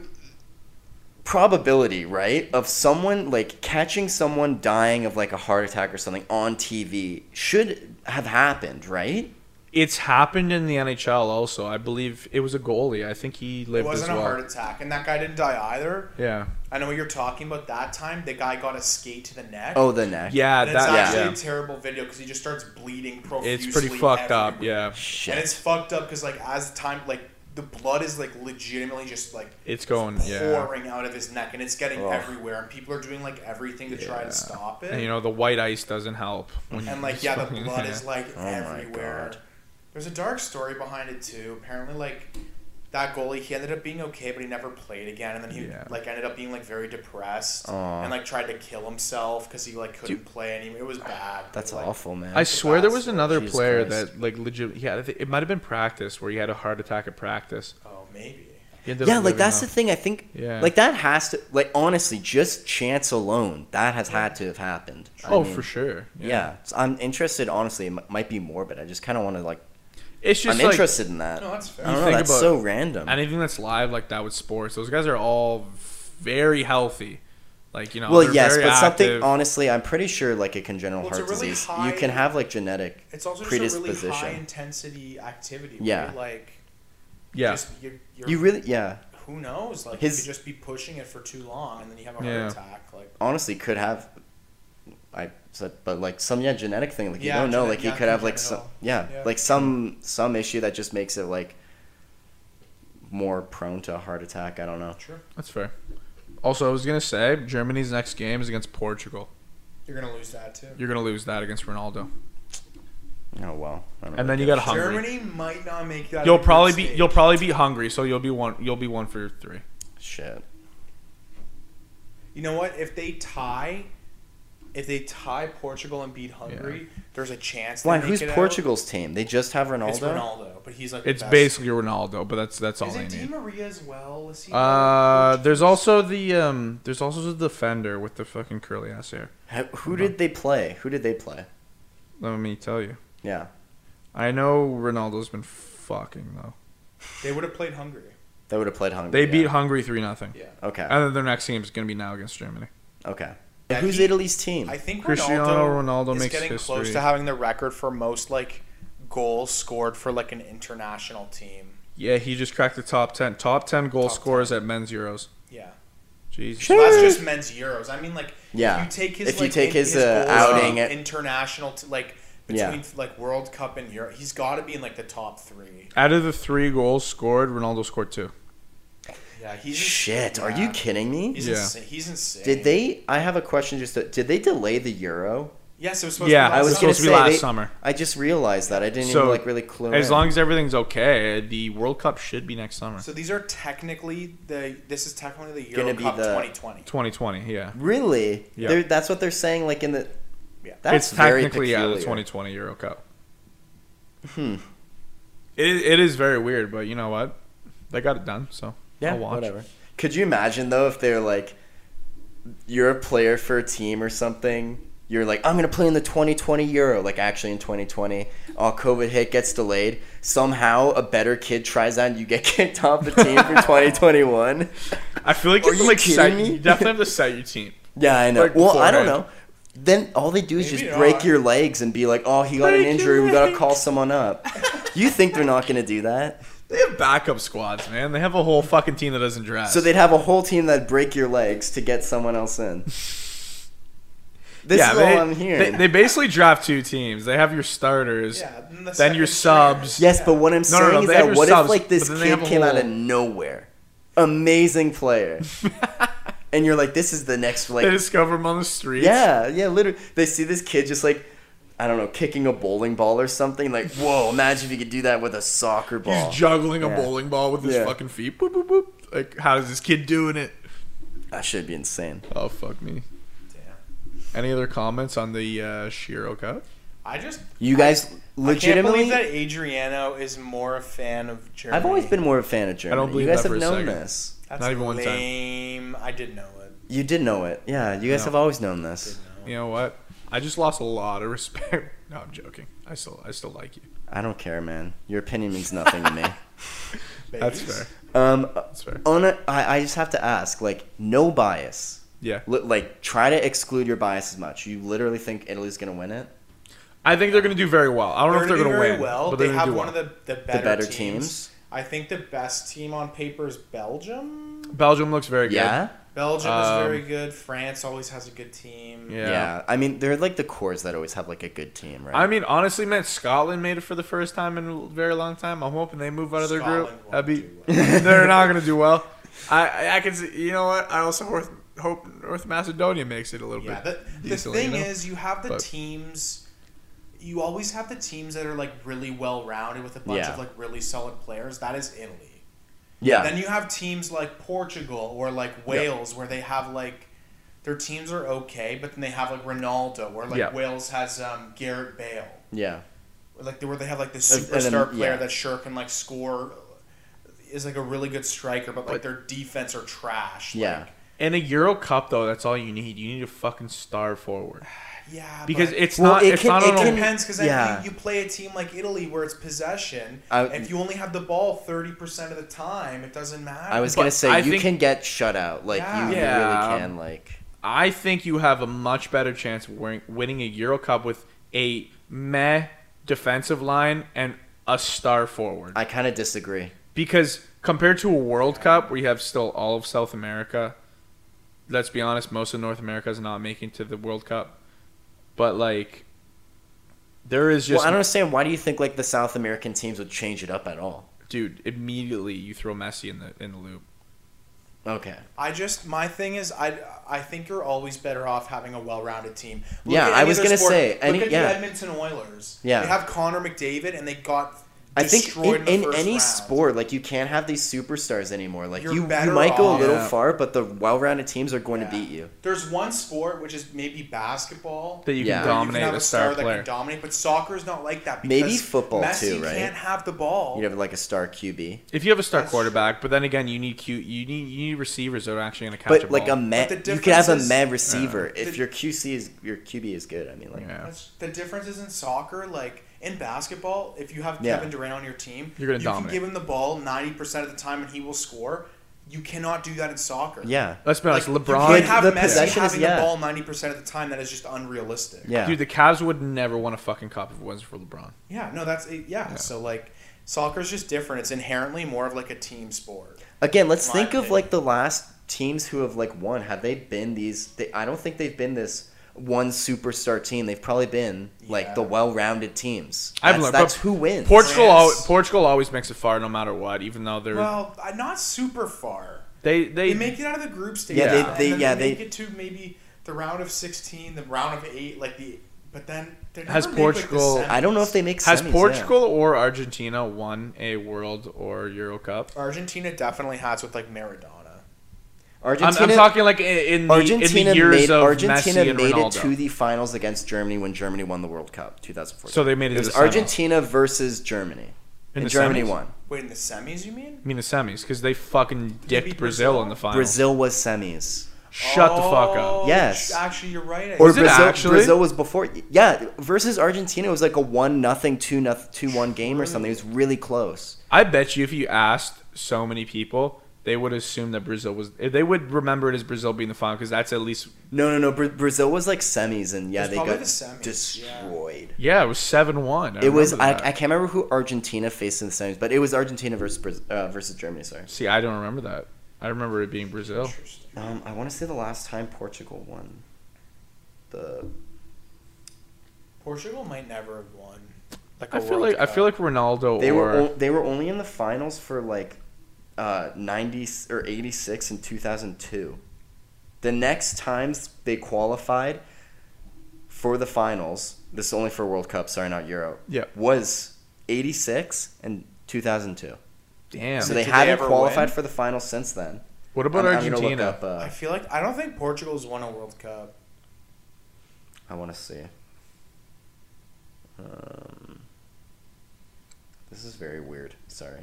B: probability, right, of someone like catching someone dying of like a heart attack or something on TV should have happened, right?
C: It's happened in the NHL also. I believe it was a goalie. I think he
A: It
C: lived
A: wasn't
C: as
A: a
C: well.
A: heart attack, and that guy didn't die either.
C: yeah.
A: I know what you're talking about. That time, the guy got a skate to the neck.
B: Oh, the neck.
C: Yeah,
A: and it's
C: that
A: actually
C: yeah.
A: a terrible video because he just starts bleeding profusely.
C: It's pretty fucked up,
A: everywhere.
C: yeah.
B: Shit.
A: And it's fucked up because like as time like the blood is like legitimately just like
C: It's going yeah.
A: pouring out of his neck and it's getting
B: Ugh.
A: everywhere and people are doing like everything to try
C: Yeah.
A: to stop it.
C: And you know the white ice doesn't help. when
A: and
C: you [laughs]
A: like
C: just
A: yeah, the
C: fucking-
A: blood
C: yeah.
A: is like
B: Oh my
A: everywhere.
B: God.
A: There's a dark story behind it too. Apparently like that goalie he ended up being okay but he never played again and then he
C: Yeah.
A: like ended up being like very depressed
B: Aw.
A: and like tried to kill himself cuz he like couldn't play anymore. It was bad.
B: That's
A: like,
B: awful, man.
C: I swear there was
A: bastard.
C: another
B: Jesus
C: player
B: Christ.
C: that like legit. Yeah, I thi- it might have been practice where he had a heart attack at practice.
A: Oh, maybe.
C: He ended up
B: yeah, like
C: living
B: that's
C: though.
B: the thing. I think,
C: Yeah.
B: like that has to, like honestly, just chance alone, that has had to have happened. I
C: Oh,
B: mean,
C: for sure.
B: Yeah. So I'm interested, honestly, it m- might be morbid. I just kind of want to like
C: It's just
B: I'm
C: like
B: interested in that.
A: No, that's
B: I
A: fair.
B: don't know.
C: think
B: That's
C: about-
B: so random.
C: anything that's live like that with sports. Those guys are all very healthy. Like you know,
B: well,
C: they're
B: yes,
C: very
B: but something
C: active.
B: honestly, I'm pretty sure like a congenital
A: Well, it's
B: heart
A: a really
B: disease,
A: high-
B: you can have like genetic.
A: It's also just a really high
B: Predisposition.
A: intensity activity. Right?
B: Yeah.
A: Like,
C: yeah.
A: just, you're, you're,
B: You really, yeah,
A: who knows? Like,
B: His-
A: you could just be pushing it for too long, and then you have a heart
C: Yeah.
A: attack. Like,
B: honestly, could have. I said, but like some yeah genetic thing, like
A: Yeah,
B: you don't know,
A: genet-
B: like you
A: yeah,
B: could have like some
A: congenital.
B: yeah,
A: Yeah.
B: like some some issue that just makes it like more prone to a heart attack. I don't know.
A: sure,
C: That's fair. Also, I was gonna say Germany's next game is against Portugal.
A: you're gonna lose that too.
C: You're gonna lose that against Ronaldo,
B: Oh well. I don't know
C: and then you
B: about
C: got hungry.
A: Germany might not make that.
C: You'll
A: big
C: probably be
A: mistake.
C: you'll probably be hungry, so you'll be one you'll be one for three.
B: that. shit.
A: You know what? If they tie, if they tie Portugal and beat Hungary, there's a chance. they
B: Why?
A: make
B: Who's
A: it out.
B: Portugal's team? They just have Ronaldo.
A: It's Ronaldo, but he's like the
C: It's
A: best.
C: basically Ronaldo, but that's that's all
A: Is
C: they
A: it Di
C: need.
A: Maria as well? Is he
C: Uh, there's
A: Portuguese?
C: also the um, there's also the defender with the fucking curly ass hair.
B: Ha- Who did they play? Who did they play?
C: Let me tell you,
B: Yeah,
C: I know Ronaldo's been fucking though.
A: they would have played Hungary.
B: they would have played Hungary.
C: They
B: yeah.
C: beat Hungary three nothing.
A: Yeah.
B: Okay.
C: And then their next game is gonna be now against Germany.
B: Okay.
A: Yeah,
B: Who's
A: he-
B: Italy's team?
A: I think
C: Cristiano
A: Ronaldo,
C: Ronaldo
A: is
C: makes
A: getting close
C: history.
A: to having the record for most like goals scored for like an international team.
C: Yeah, he just cracked the top ten. Top ten goal
A: Top
C: scorers at men's Euros.
A: Yeah.
C: Jesus.
A: So that's just men's Euros. I mean, like,
B: Yeah.
A: if you take his
B: If you
A: like,
B: take
A: in-
B: his, uh,
A: goals
B: outing
A: in
B: at-
A: international, t- like
B: Yeah.
A: between like World Cup and Europe, he's got to be in like the top three.
C: Out of the three goals scored, Ronaldo scored two.
A: Yeah, he's
B: Shit, are
A: yeah.
B: you kidding me?
A: He's
C: Yeah.
A: insane. He's insane.
B: Did they? I have a question. Just to, did they delay the Euro?
A: Yes, it was supposed
C: Yeah,
A: to be.
B: I
A: last
B: was was
A: summer.
B: gonna
C: supposed to be
B: say,
C: last
B: they- Oh,
C: summer.
B: I just realized that I didn't
C: So,
B: even like really clue
C: As
B: in.
C: long as everything's okay, the World Cup should be next summer.
A: So these are technically the. This is technically the
B: Gonna
A: Euro
B: be
A: Cup
B: the-
A: 2020.
C: 2020, yeah.
B: really,
C: Yeah.
B: They're- that's what they're saying. Like in the
A: Yeah.
B: that's
C: it's
B: very
C: technically yeah, the
B: peculiar.
C: 2020 Euro Cup.
B: Hmm.
C: It, it is very weird, but you know what? They got it done, so
B: Yeah,
C: I'll watch.
B: whatever. Could you imagine though if they're like, you're a player for a team or something? You're like, I'm gonna play in the 2020 Euro, like actually in 2020. All COVID hit gets delayed. Somehow a better kid tries that, and you get [laughs] kicked off the team
C: [laughs]
B: for 2021.
C: I feel like you,
B: Are
C: have to,
B: you
C: like,
B: kidding
C: set-
B: me?
C: you definitely have to set your team.
B: Yeah, I know.
C: Like,
B: well, I don't
C: beforehand.
B: know. Then all they do is
A: Maybe
B: just
A: not.
B: break your legs and be like, "Oh, he got an
C: Break your
B: injury. We gotta
C: leg.
B: call someone
C: [laughs]
B: up." you think they're not gonna do that?
C: They have backup squads, man. They have a whole fucking team that doesn't draft.
B: So they'd have a whole team that'd break your legs to get someone else in. This is all I'm hearing.
C: They, they basically draft two teams. They have your starters,
A: Yeah, and the
C: then your
A: second tier.
C: subs.
B: yes, but what I'm
C: No, no,
B: saying
C: no,
B: is
C: they have
B: that
C: your
B: what
C: subs,
B: if like this
C: but then they
B: kid
C: have a
B: came out of
C: whole-
B: nowhere, amazing player, and you're like, "This is the next like
C: [laughs] they discover them on the streets.
B: Yeah, yeah, literally. They see this kid just like, I don't know, kicking a bowling ball or something. Like, whoa, imagine if you could do that with a soccer ball.
C: He's juggling a
B: Yeah.
C: bowling ball with his
B: Yeah.
C: fucking feet. Boop, boop, boop. Like, how is this kid doing it?
B: that should be insane.
C: Oh, fuck me.
A: Damn.
C: Any other comments on the uh, Shiro Cup?
A: I just
B: You guys
A: I
B: legitimately.
A: can't believe that Adriano is more a fan of Germany.
B: I've always been more of a fan of Germany.
C: believe
B: you guys
C: that for
B: have
C: a
B: known
C: second.
B: this.
A: That's
C: Not even one time.
A: lame. I did know it.
B: You did know it. Yeah, you guys
C: No.
B: have always known this.
C: You know what? I just lost a lot of [laughs] respect. No, I'm joking. I still, I still like you.
B: I don't care, man. Your opinion
C: [laughs]
B: means nothing to me.
C: That's
A: Babies.
C: fair.
B: Um,
C: That's fair.
B: on a, I, I just have to ask, like, no bias.
C: Yeah,
B: Li- like, try to exclude your bias as much. You literally think Italy's gonna win it?
C: I think they're gonna do very well. I don't know if
A: They're
C: they're
A: doing
C: gonna
A: very
C: win.
A: well.
C: but
A: They
C: they're gonna
A: have
C: do
A: one of
C: well.
A: the, the better,
B: better
A: teams.
B: teams.
A: I think the best team on paper is Belgium.
C: Belgium looks very good.
B: Yeah.
A: Belgium
C: Um,
A: is very good. France always has a good team.
C: Yeah.
B: Yeah. I mean, they're like the cores that always have like a good team, right?
C: I mean, honestly, man, Scotland made it for the first time in a very long time. I'm hoping they move out of their
A: Scotland
C: group.
A: won't
C: That'd be,
A: do well.
C: [laughs] they're not going to do well. I, I, I can see, you know what? I also hope, hope North Macedonia makes it a little
A: Yeah, the,
C: bit.
A: the
C: decently,
A: thing
C: you know?
A: is, you have the
C: But-
A: teams. You always have the teams that are like really well rounded with a bunch
B: Yeah.
A: of like really solid players. That is Italy.
B: yeah.
A: Then you have teams like Portugal or like Wales where they have like their teams are okay, but then they have like Ronaldo or like
C: Yeah.
A: Wales has um, Garrett Bale.
B: yeah.
A: Or, Like where they have like the
B: And- and then-
A: superstar player
B: yeah.
A: that sure can like score is like a really good striker, but like
C: But-
A: their defense are trash.
B: Yeah.
A: Like,
C: In a Euro Cup though, that's all you need. You need to fucking star forward
A: Yeah,
C: because
A: Ah, but-
C: it's
B: Well,
C: not.
B: it
C: it's
B: can-
C: not
B: it
C: on a-
A: It
B: can-
A: depends because
B: Yeah.
A: you, you play a team like Italy where it's possession.
B: I-
A: if you only have the ball thirty percent of the time, it doesn't matter.
B: I was
C: But
B: gonna say
C: I
B: you
C: think-
B: can get shut out. Like you, you
C: Yeah.
B: really can. Like
C: I think you have a much better chance of win- winning a Euro Cup with a meh defensive line and a star forward.
B: I kind of disagree.
C: Because compared to a World Cup where you have still all of South America, let's be honest, most of North America is not making to the World Cup. But like there is
B: well,
C: just
B: I don't understand why do you think like the South American teams would change it up at all?
C: dude, immediately you throw Messi in the in the loop.
B: Okay.
A: I just my thing is I I think you're always better off having a well-rounded team.
B: Yeah,
A: at
B: I
A: any
B: was
A: other
B: gonna say,
A: look
B: any-
A: at
B: yeah.
A: the Edmonton Oilers.
B: Yeah.
A: they have Connor McDavid, and they got
B: I think
A: destroyed
B: in,
A: the
B: in,
A: first
B: any
A: round.
B: sport, like you can't have these superstars anymore. Like
A: You're
B: you, you
A: better
B: might go a
A: off-
B: little
C: Yeah.
B: far, but the well-rounded teams are going
A: Yeah.
B: to beat you.
A: There's one sport which is maybe basketball.
C: That you
B: Yeah.
C: can
A: where you
C: dominate
A: have
C: a star, player.
A: that can dominate, but soccer is not like that. Because
B: Maybe football
A: Messi
B: too, right?
A: Can't have the ball.
B: You'd have like a star QB,
C: if you have a star
A: That's
C: quarterback, but then again you need cute you need you need receivers that are actually gonna catch a
B: but
C: ball.
B: like um, a man,
A: But the
B: you could have a
A: difference is-
B: man receiver
A: Yeah.
B: if
A: The-
B: your QC is your QB is good. I mean, like
C: yeah.
A: That's, the difference is in soccer, like in basketball, if you have
B: Yeah.
A: Kevin Durant on your team,
C: You're gonna
A: you
C: dominate.
A: can give him the ball 90% of the time and he will score. You cannot do that in soccer.
B: yeah,
C: Let's be
A: Like,
C: honest,
A: you
C: LeBron
A: can't have
B: The
A: Messi
B: possession is-
A: having
B: yeah.
A: the ball 90% of the time. That is just unrealistic.
B: yeah.
C: Dude, the Cavs would never want a fucking cup if it wasn't for LeBron.
A: Yeah, no, that's it. Yeah.
C: Yeah.
A: So, like, soccer is just different. It's inherently more of like a team sport.
B: Again, let's
A: my
B: think of
A: opinion.
B: like the last teams who have like won. Have they been these? They, I don't think they've been this one superstar team. They've probably been like
A: Yeah.
B: the well-rounded teams.
C: I've
B: That's,
C: learned-
B: that's
C: but
B: who wins.
C: Portugal, al-
A: France.
C: Portugal always makes it far no matter what, even though they're
A: Well, uh, not super far.
C: they they
A: They make it out of the group stage.
B: Yeah, they-
A: and
B: they-
A: then
B: yeah,
A: they
B: they-
A: make it to maybe the round of 16, the round of 8, like the but then they never
C: Has
A: make, like, the
C: Portugal-
B: I don't know if they make
C: Has
B: semis, yeah.
C: Portugal or Argentina won a World or Euro Cup?
A: Argentina definitely has with like Maradona.
C: I'm,
B: Argentina,
C: I'm talking like in in the, in
B: Argentina
C: the years
B: made,
C: of
B: Argentina
C: Messi and
B: made it
C: Ronaldo.
B: to the finals against Germany when Germany won the World Cup 2014.
C: so they made it,
B: it
C: to
B: was
C: the semis.
B: Argentina versus Germany,
C: In
B: and
C: the
B: Germany
C: semis?
B: won.
A: Wait, in the semis, you mean?
C: I mean the semis because they fucking
A: They
C: dicked
A: beat
C: Brazil
A: Brazil?
C: in the final.
B: Brazil was semis,
C: Shut the fuck
A: Oh,
C: up.
B: Yes.
A: sh- Actually, you're right. I
B: or
C: Was it
A: guess.
B: Brazil.
C: actually?
B: Brazil was before. Yeah, versus Argentina it was like a one nothing, two nothing, two one game or something. It was really close.
C: I bet you if you asked so many people, they would assume that Brazil was. They would remember it as Brazil being the final because that's at least
B: No, no, no. Bra- Brazil was like semis, and yeah,
A: It was
B: they
A: probably
B: got
A: the semis,
B: destroyed.
C: yeah it was seven one.
B: It was I, I can't remember who Argentina faced in the semis, but it was Argentina versus Braz- uh, versus Germany. Sorry,
C: see I don't remember that. I remember it being Brazil.
A: Interesting.
B: um, I want to say the last time Portugal won. The
A: Portugal might never have won. Like
C: I
A: a
C: feel
A: World
C: like I feel
A: Cup.
C: like Ronaldo
B: they
C: or
B: were o- they were only in the finals for like uh, ninety s- or eighty six and two thousand two. The next times they qualified for the finals, this is only for World Cup, sorry, not Euro.
C: Yeah.
B: was eighty six and two thousand two.
C: damn.
B: So they
A: Did they
B: haven't
A: ever
B: qualified
A: win?
B: for the finals since then.
C: what about
B: I'm- I'm gonna look
C: Argentina?
B: up, uh,
A: I feel like I don't think Portugal's won a World Cup.
B: I want to see. Um, this is very weird. Sorry.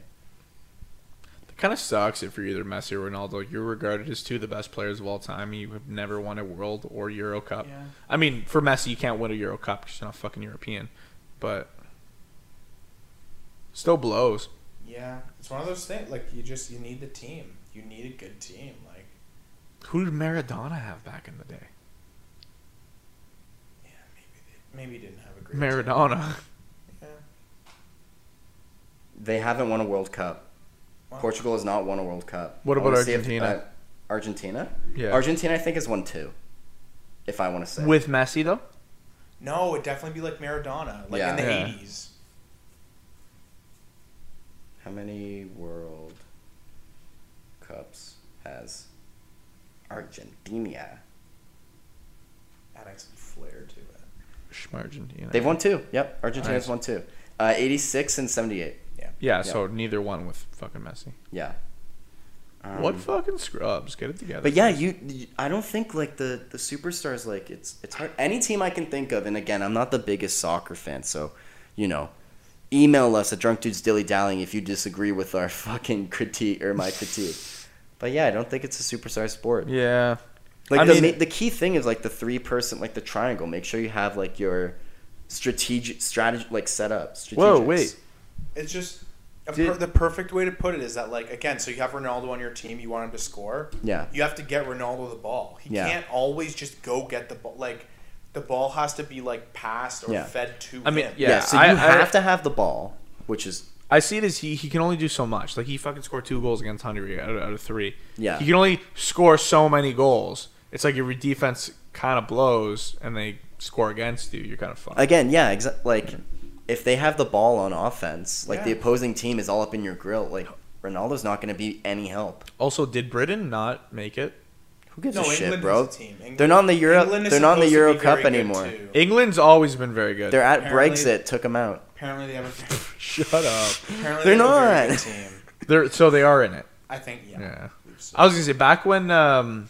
C: Kind of sucks if you're either Messi or Ronaldo. You're regarded as two of the best players of all time. You have never won a World or Euro Cup.
A: Yeah.
C: I mean, for Messi, you can't win a Euro Cup because you're not fucking European. But still blows.
A: Yeah, it's one of those things. Like you just you need the team. You need a good team. Like
C: Who did Maradona have back in the day?
A: yeah, maybe they, maybe didn't have a great team.
B: [laughs]
C: Maradona.
A: Yeah.
B: They haven't won a World Cup.
A: Wow.
B: Portugal has not won a World Cup.
C: What
B: I
C: about
B: wanna see if-
C: Argentina?
B: uh, Argentina?
C: Yeah.
B: Argentina, I think, has won two, if I want to say.
C: With Messi though,
A: No, it'd definitely be like Maradona, like
B: Yeah.
A: in the
C: Yeah.
A: eighties.
B: How many World Cups has Argentina?
A: Adding some flair to it.
C: Argentina.
B: They've won two. Yep. Argentina's
C: Nice.
B: won two. Uh, 86 and 78.
C: Yeah, so neither one with fucking Messi.
B: Yeah. Um,
C: what fucking scrubs? Get it together.
B: But yeah, you, you. I don't think like the the superstars like it's it's hard. Any team I can think of, and again, I'm not the biggest soccer fan, so you know, [laughs] email us at drunk dudes dilly dallying if you disagree with our fucking critique or my critique. But yeah, I don't think it's a superstar sport.
C: Yeah.
B: Like
C: I
B: the,
C: mean-
B: ma- the key thing is like the three person, like the triangle. Make sure you have like your strategic strategy, like set up.
C: Whoa,
B: strategics.
C: wait.
A: It's just a
C: Did-
A: per- the perfect way to put it is that like again, so you have Ronaldo on your team, you want him to score.
B: Yeah.
A: You have to get Ronaldo the ball. He
B: Yeah.
A: can't always just go get the ball. Like the ball has to be like passed or
B: Yeah.
A: fed to
C: I mean,
A: him.
B: Yeah,
C: Yeah,
B: so
C: I-
B: you
C: I-
B: have to have the ball, which is
C: I see it as he, he can only do so much. Like he fucking scored two goals against Hungary out of, out of three.
B: Yeah.
C: He can only score so many goals. It's like your defense kind of blows and they score against you. You're kind of fucked.
B: again, yeah, exa- like if they have the ball on offense, like the
A: Yeah.
B: opposing team is all up in your grill, like Ronaldo's not going to be any help.
C: also, did Britain not make it?
B: Who gives
A: No,
B: a shit,
A: England
B: bro?
A: is a team. England-
B: They're not in the Euro.
A: England is
B: They're not in the
A: supposed to
B: Euro
A: be
B: Cup
A: very good,
B: anymore.
A: too.
C: England's always been very good.
B: They're at
A: Apparently-
B: Brexit. Took them out.
A: Apparently they have a [laughs]
C: [laughs] Shut up.
A: apparently
B: They're
A: they have a very
B: not.
A: good team.
C: They're so they are in it.
A: I think yeah.
C: Yeah.
A: I believe so.
C: I was gonna say back when um,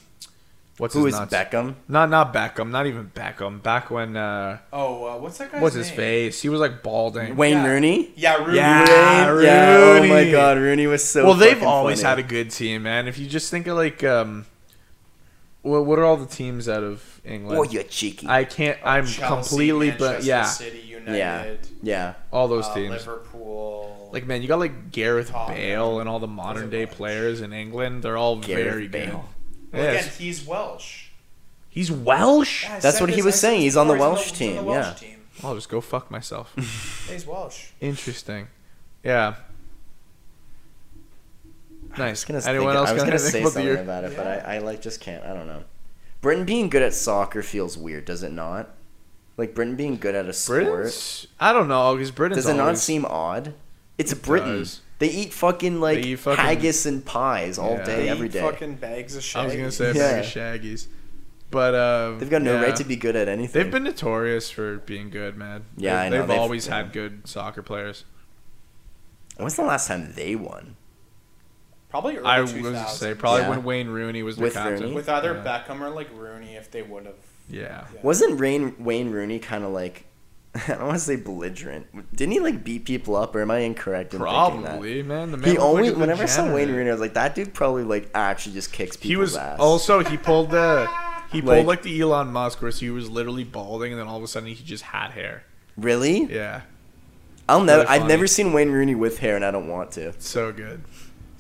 C: what's
B: Who
C: his
B: is
C: nuts?
B: Beckham?
C: Not not Beckham. Not even Beckham. Back when uh,
A: Oh, uh, what's that guy's
C: what's his
A: name?
C: face? He was like balding.
B: Wayne
A: Yeah.
B: Rooney.
A: Yeah, Rooney.
C: Yeah.
B: Rooney? Yeah, oh my
C: Rooney.
B: God, Rooney was so.
C: well, they've
B: fucking
C: always
B: funny.
C: had a good team, man. If you just think of like um, what what are all the teams out of England?
B: Oh, you Oh, cheeky.
C: I can't. I'm
A: Chelsea,
C: completely, but
A: Manchester
C: yeah,
A: City United.
B: yeah, yeah.
C: all those
A: uh,
C: teams.
A: Liverpool.
C: Like man, you got like Gareth
A: Tottenham.
C: Bale and all the modern day players in England. They're all
B: Gareth
C: very
B: Bale.
C: good.
A: Well,
C: Yes.
A: again, he's Welsh.
C: He's Welsh.
A: Yeah, I
B: That's
A: said
B: what he
A: this-
B: was
A: I said
B: saying,
A: this
B: he's on the
A: before,
B: Welsh
A: he's on
B: team,
A: the Welsh
B: yeah.
A: team.
C: I'll just go
B: [laughs]
C: fuck myself.
A: He's Welsh.
C: Interesting. Yeah. Nice.
B: I was gonna,
C: Anyone
B: think-
C: else
B: I was
C: got
B: gonna
C: anything
B: say
C: about
B: something
C: your-
B: about it, but
A: Yeah.
B: I, I like just can't. I don't know. Britain being good at soccer feels weird, does it not? Like Britain being good at a sport,
C: Britain's? I don't know because Britain's
B: does it not
C: always-
B: seem odd? It's
C: It
B: Britain.
C: does.
B: They eat fucking like
C: They eat fucking-
B: haggis and pies all
C: Yeah.
B: day,
A: They
B: every
A: eat
B: day.
A: Fucking bags of shit.
C: I was gonna say
B: Yeah.
C: yeah. Shaggies, but um,
B: They've got no
C: yeah.
B: right to be good at anything.
C: They've been notorious for being good, man.
B: Yeah,
C: They-
B: I know.
C: They've,
B: They've-
C: always
B: yeah.
C: had good soccer players.
B: When's the last time they won?
A: probably early
C: I was
A: 2000s.
C: gonna say probably
B: Yeah.
C: when Wayne Rooney was their
B: With
C: captain.
B: Rooney?
A: with either
C: yeah.
A: Beckham or like Rooney if they would have.
C: Yeah.
A: Yeah.
B: Wasn't Rain, Wayne Rooney kind of like? [laughs] I don't want to say belligerent. Didn't he like beat people up, or am I incorrect in thinking that?
C: Probably, man. The man
B: He
C: looked like
B: only
C: a
B: whenever I saw Wayne
C: degenerate.
B: Rooney, I was like, that dude probably like actually just kicks people's
C: He was
B: ass.
C: also he pulled the he pulled
B: Like-
C: like, the Elon Musk where he was literally balding and then all of a sudden he just had hair.
B: really.
C: Yeah,
B: I'll never.
C: really
B: I've
C: funny.
B: never seen Wayne Rooney with hair, and I don't want to.
C: so good.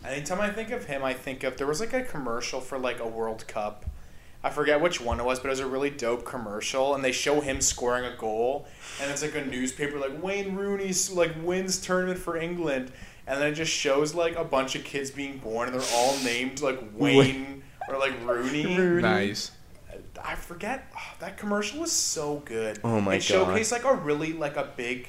A: Anytime I think of him, I think of there was like a commercial for like a World Cup. I forget which one it was, but it was a really dope commercial, and they show him scoring a goal, and it's like a newspaper like Wayne Rooney's like wins tournament for England, and then it just shows like a bunch of kids being born, and they're all named
B: [laughs]
A: like Wayne or like Rooney.
C: Nice.
A: I forget oh, that commercial was so good.
B: Oh my
A: it
B: God.
A: showcased like a really like a big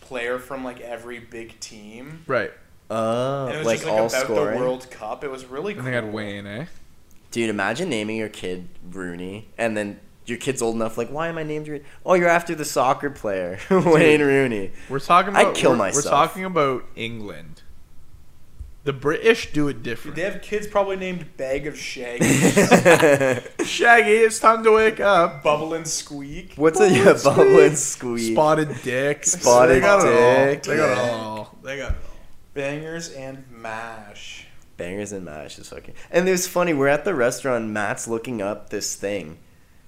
A: player from like every big team.
C: Right.
B: Oh,
A: And it was
B: like,
A: just like
B: all
A: about
B: scoring.
A: the World Cup. It was really
C: I
A: cool.
C: think I had Wayne, eh?
B: Dude, imagine naming your kid Rooney, and then your kid's old enough. Like, why am I named Rooney? Oh, you're after the soccer player [laughs] Wayne
C: [laughs]
B: Rooney. [laughs]
C: We're talking
B: I'd
C: about
B: kill
C: we're,
B: myself.
C: We're talking about England. The British do it different.
A: They have kids probably named Bag of Shag,
B: [laughs]
C: Shaggy, it's time to wake up.
A: Bubble and Squeak.
B: What's a yeah,
C: Squeak.
B: bubble and squeak?
C: Spotted dick.
B: Spotted
C: they got
B: dick,
C: It all. They got it
B: yeah.
C: all. They got it all.
A: Bangers and Mash.
B: Bangers and mash is fucking. And it was funny. We're at the restaurant. Matt's looking up this thing.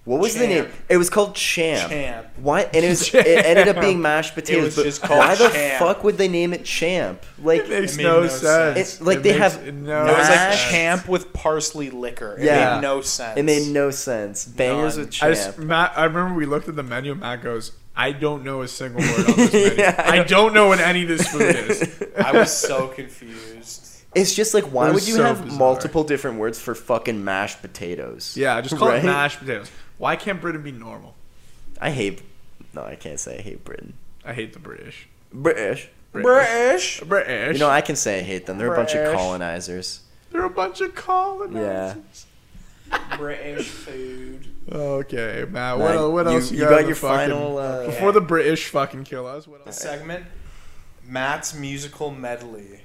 B: What was the name?
A: Champ.
B: It was called Champ.
A: Champ.
B: Why? And it,
C: [laughs]
B: was, it ended up being
C: Champ.
B: mashed potatoes.
A: was
B: but
A: just called
B: why the
A: Champ.
B: fuck would they name it Champ? Like,
C: It makes
A: made
C: no,
A: no
C: sense.
A: sense.
B: It- like, they
C: makes
B: have
C: no
A: it was like
B: Mash.
A: champ with parsley liquor. It
B: Yeah.
A: made no sense.
B: it made no sense. Bangers
A: None.
B: with Champ.
C: I just, Matt, I remember we looked at the menu. Matt goes, "I don't know a single
B: [laughs]
C: word on this menu.
B: Yeah, I
C: I don't know what any of this
B: [laughs]
C: food is."
A: I was so confused.
B: It's just like, why
C: It
B: would
C: was
B: you
C: so
B: have
C: bizarre.
B: multiple different words for fucking mashed potatoes?
C: [laughs] Yeah, just call
B: Right?
C: it mashed potatoes. Why can't Britain be normal?
B: I hate. No, I can't say I hate Britain.
C: I hate the British.
B: British.
A: British.
C: British.
B: You know, I can say I hate them. They're a bunch of
A: British.
B: colonizers.
C: They're a bunch of colonizers.
A: British food.
C: Okay, Matt. What, el-
B: Like,
C: what
B: you-
C: else you,
B: you
C: got?
B: got
C: in the
B: your
C: fucking-
B: final, uh,
C: before the British fucking kill us. What
A: The
C: else?
A: segment. Matt's musical medley.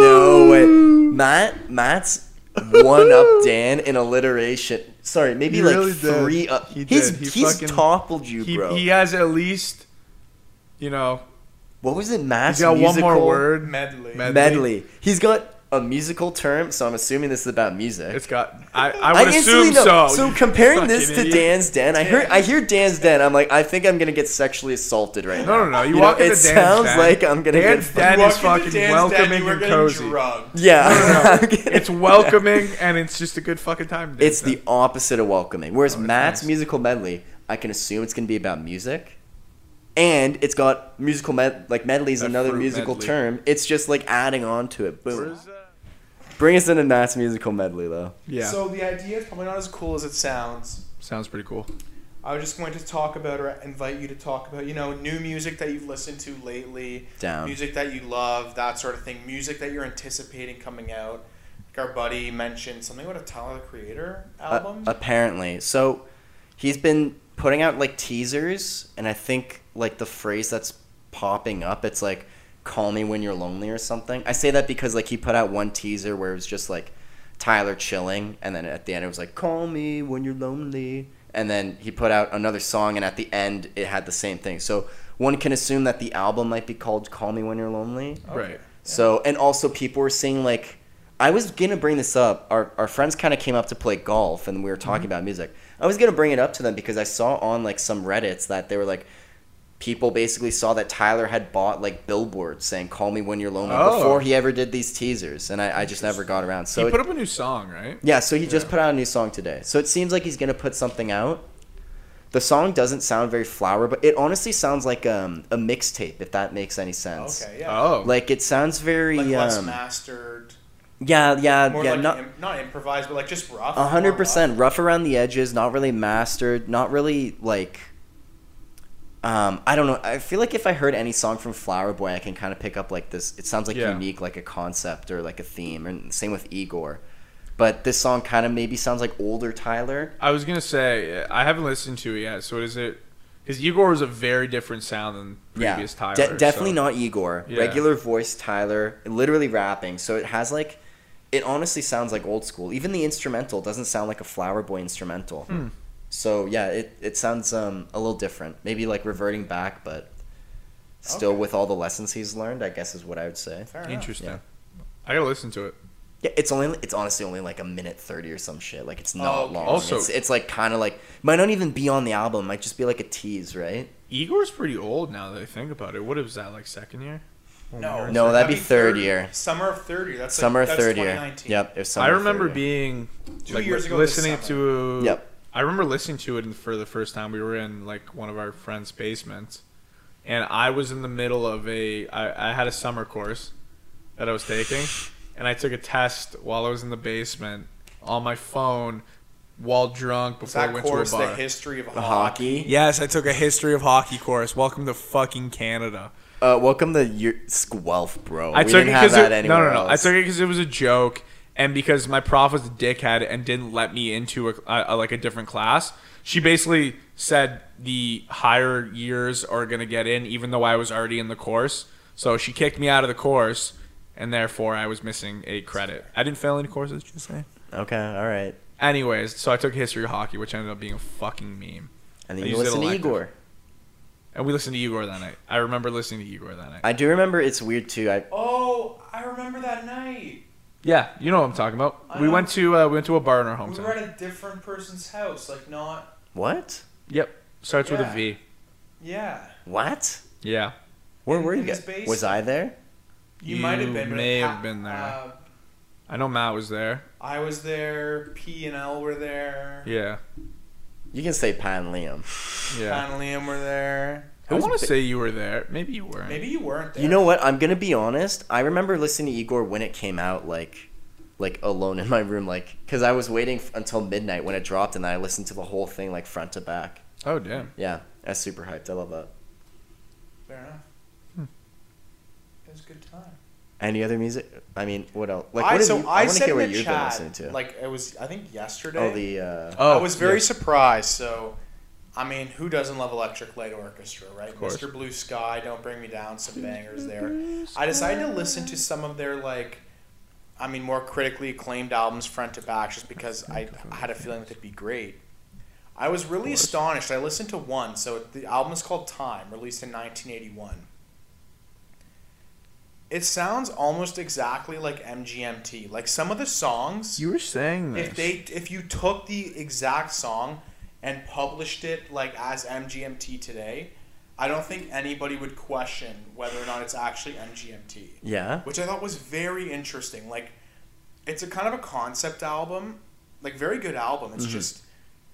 B: No way. Matt Matt's one
C: [laughs]
B: up Dan in alliteration. Sorry, maybe
C: He
B: like
C: really did.
B: three up.
C: He
B: he's
C: did. He
B: he's
C: fucking-
B: toppled you,
C: He,
B: bro.
C: he has at least, you know,
B: what was it? Matt's
C: he's got one
B: musical
C: more word.
A: Medley.
C: Med-
B: medley. He's got a musical term, so I'm assuming this is about music.
C: It's got. I, I would assume so.
B: So
C: you
B: comparing
C: fucking
B: this to
C: idiot.
B: Dan's Den, I heard I hear Dan's Den. I'm like, I think I'm gonna get sexually assaulted right now.
C: No, no, no. You,
B: You know,
C: walk
B: it
C: into Dan's
B: sounds
C: Den.
B: like I'm gonna
C: Dan's
B: get.
C: Den
A: Walk
C: is
A: into
C: fucking
A: Dan's den,
C: welcoming
A: you were
C: and
A: getting
C: cozy.
A: drugged.
B: Yeah,
C: [laughs]
B: [laughs]
C: No, no,
B: Okay.
C: it's welcoming and it's just a good fucking time.
B: It's
C: dude.
B: the opposite of welcoming. Whereas
C: that's
B: Matt's
C: Oh, nice.
B: musical medley, I can assume it's gonna be about music, and it's got musical med- like medley is
C: That
B: another
C: fruit
B: musical
C: medley.
B: term. It's just like adding on to it. Boom.
C: Where's, uh,
B: Bring us into Matt's musical medley though.
C: yeah.
A: So the idea is probably not as cool as it sounds.
C: Sounds pretty cool.
A: I was just going to talk about or invite you to talk about, you know, new music that you've listened to lately,
B: Down.
A: music that you love, that sort of thing, music that you're anticipating coming out. Like our buddy mentioned something about a Tyler the Creator
B: A-
A: album.
B: Uh, apparently. So he's been putting out like teasers, and I think like the phrase that's popping up, it's like "Call me when you're lonely" or something. I say that because like he put out one teaser where it was just like Tyler chilling, and then at the end it was like "Call me when you're lonely," and then he put out another song, and at the end it had the same thing. So one can assume that the album might be called "Call Me When You're Lonely."
C: Right.
B: So and also people were saying like I was gonna bring this up. Our our friends kind of came up to play golf and we were
C: Mm-hmm.
B: talking about music. I was gonna bring it up to them because I saw on like some Reddits that they were like people basically saw that Tyler had bought like billboards saying "Call me when you're lonely"
C: Oh.
B: before he ever did these teasers, and I, I just never got around. So
C: he
B: it-
C: put up a new song, right?
B: yeah, so he just put out a new song today. So it seems like he's gonna put something out. The song doesn't sound very flower, but it honestly sounds like um, a mixtape, if that makes any sense.
A: Okay, yeah.
C: Oh.
B: Like it sounds very
A: like less
B: um,
A: mastered,
B: yeah, yeah,
A: more
B: yeah.
A: like
B: not
A: im- not improvised, but like just rough.
B: a hundred
A: more
B: percent rough around the edges. Not really mastered. Not really like. Um, I don't know. I feel like if I heard any song from Flower Boy, I can kind of pick up like this. It sounds like
C: Yeah.
B: unique, like a concept or like a theme, and same with Igor. But this song kind of maybe sounds like older Tyler.
C: I was gonna say I haven't listened to it yet. So is it? Because Igor was a very different sound than previous
B: yeah,
C: Tyler.
B: De- definitely
C: so-
B: not Igor.
C: Yeah.
B: Regular voice Tyler, literally rapping. So it has like, it honestly sounds like old school. Even the instrumental doesn't sound like a Flower Boy instrumental.
C: Hmm.
B: So yeah, it it sounds um a little different. Maybe like reverting back, but still
A: Okay.
B: with all the lessons he's learned, I guess is what I would say.
A: Fair enough.
C: Interesting.
B: Yeah.
C: I gotta listen to it.
B: Yeah, it's only it's honestly only like a minute thirty or some shit. Like it's not
A: Oh, okay.
B: long.
C: Also-
B: it's, it's like kind of like might not even be on the album. Might just be like a tease, right?
C: Igor's pretty old now that I think about it. What was that like second year?
A: No,
B: No, that'd be third
A: third
B: year.
A: Summer of third year. That's
B: summer
A: like, that's
B: third year.
A: 2019.
B: Yep. It was summer
C: I remember
B: third year.
C: being
A: Two
C: like,
A: years
C: li-
A: ago this
C: listening to.
B: Yep.
C: I remember listening to it in- for the first time. We were in like one of our friends' basements, and I was in the middle of a. I, I had a summer course that I was taking, and I took a test while I was in the basement on my phone while drunk
A: Was
C: before I
A: that
C: went
A: course
C: to a bar.
A: the history of
B: The
A: hockey?
B: hockey.
C: Yes, I took a history of hockey course. Welcome to fucking Canada.
B: Uh, welcome to your Guelph, bro.
C: I
B: we
C: took it
B: didn't have
C: because
B: that
C: no, no,
B: anywhere
C: no. I
B: else.
C: took it because it was a joke, and because my prof was a dickhead and didn't let me into a, a, a- like a different class. She basically said the higher years are gonna get in, even though I was already in the course. So she kicked me out of the course, and therefore I was missing a credit. I didn't fail any courses. Just saying.
B: Okay, all right.
C: Anyways, so I took history of hockey, which ended up being a fucking meme.
B: And then
C: I
B: you
C: used it
B: listen to
C: elective.
B: Igor.
C: And we listened to Igor that night. I remember listening to Igor that night.
B: I do remember it's weird too. I
A: Oh, I remember that night.
C: Yeah, you know what I'm talking about.
A: I
C: we
A: know.
C: went to uh, we went to a bar in our
A: Uh-huh.
C: hometown.
A: We were at a different person's house, like not.
B: what?
C: Yep, starts with
A: Yeah.
C: a V.
A: Yeah,
B: What?
C: Yeah,
B: Where
A: In-
B: were you
A: in his
B: guys?
A: basement.
B: Was I there?
A: you, might have
C: You
A: been. but
C: may
A: ha-
C: have been there.
A: Uh,
C: I know Matt was there.
A: I was there. P and L were there.
C: Yeah,
B: You can say Pat and Liam.
C: yeah.
A: Pat and Liam were there.
C: I
B: was
C: want
B: bi-
C: to say you were there. Maybe you weren't.
A: Maybe you weren't there.
B: You know what? I'm gonna be honest. I remember listening to Igor when it came out, like, like alone in my room, like, cause I was waiting f- until midnight when it dropped, and then I listened to the whole thing like front to back.
C: Oh damn.
B: Yeah, that's super hyped. I love that.
A: Fair enough.
B: Hmm.
A: It was a good time.
B: Any other music? I mean, what else? Like,
A: I,
B: what have
A: so
B: you-
A: I,
B: wanna
A: said
B: hear
A: in
B: what
A: the
B: you've been
A: chat,
B: listening to.
A: like it was, I think yesterday.
B: oh, the. Uh,
C: Oh,
A: I was very
C: yeah.
A: surprised. So, I mean, who doesn't love Electric Light Orchestra, right?
C: course.
A: Mr. Blue Sky, Don't Bring Me Down, some bangers there. I decided to listen to some of their like, I mean, more critically acclaimed albums front to back, just because I, I had a feeling that they'd be great. I was really astonished. I listened to one. So the album is called Time, released in 1981. It sounds almost exactly like MGMT. Like some of the songs,
C: You were saying this.
A: if they if you took the exact song and published it like as MGMT today, I don't think anybody would question whether or not it's actually MGMT
B: Yeah.
A: which I thought was very interesting. Like, it's a kind of a concept album, like very good album.
B: Mm-hmm.
A: It's just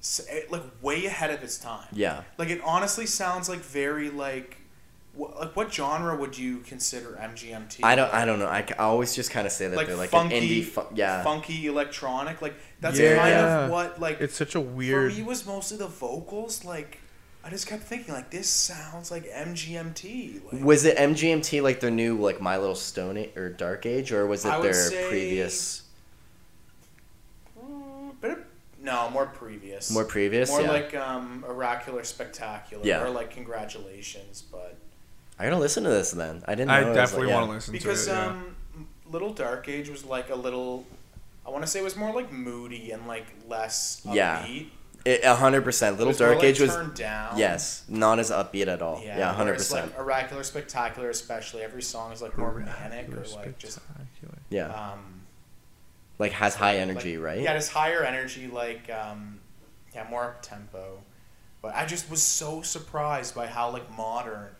A: s- it, like way ahead of its time.
B: Yeah.
A: Like it honestly sounds like very like, wh- like what genre would you consider MGMT?
B: I don't. I don't know. I, c- I always just kind of say that they're like an indie. Fu- yeah.
A: funky electronic. Like that's
C: Yeah.
A: kind
C: Yeah.
A: of what like
C: it's such
A: for
C: a weird.
A: me was mostly the vocals. Like I just kept thinking like this sounds like MGMT. Like,
B: Was it MGMT like their new like My Little Stone A- or Dark Age or was it
A: I would
B: their
A: say-
B: previous
A: mm, bit of- no, more previous.
B: more previous?
A: More
B: yeah.
A: like um, oracular spectacular,
B: Yeah.
A: or like congratulations, but
B: I gotta listen to this then. I didn't.
C: I
B: know it was
C: definitely
B: like,
C: want to
B: yeah.
C: listen
A: because
C: to it. yeah.
A: um, Little Dark Age was like a little, I want to say it was more like moody and like less upbeat.
B: Yeah.
A: It
B: It- A hundred percent. Little
A: was more,
B: Dark
A: like,
B: Age was
A: turned down.
B: yes, not as upbeat at all.
A: Yeah,
B: Yeah, a hundred
A: whereas,
B: percent.
A: Like oracular spectacular, especially every song is like more manic or like just
B: Yeah,
A: um,
B: like has high
A: like-
B: energy, right?
A: Yeah, just higher energy, like um, yeah, more up tempo. But I just was so surprised by how like modern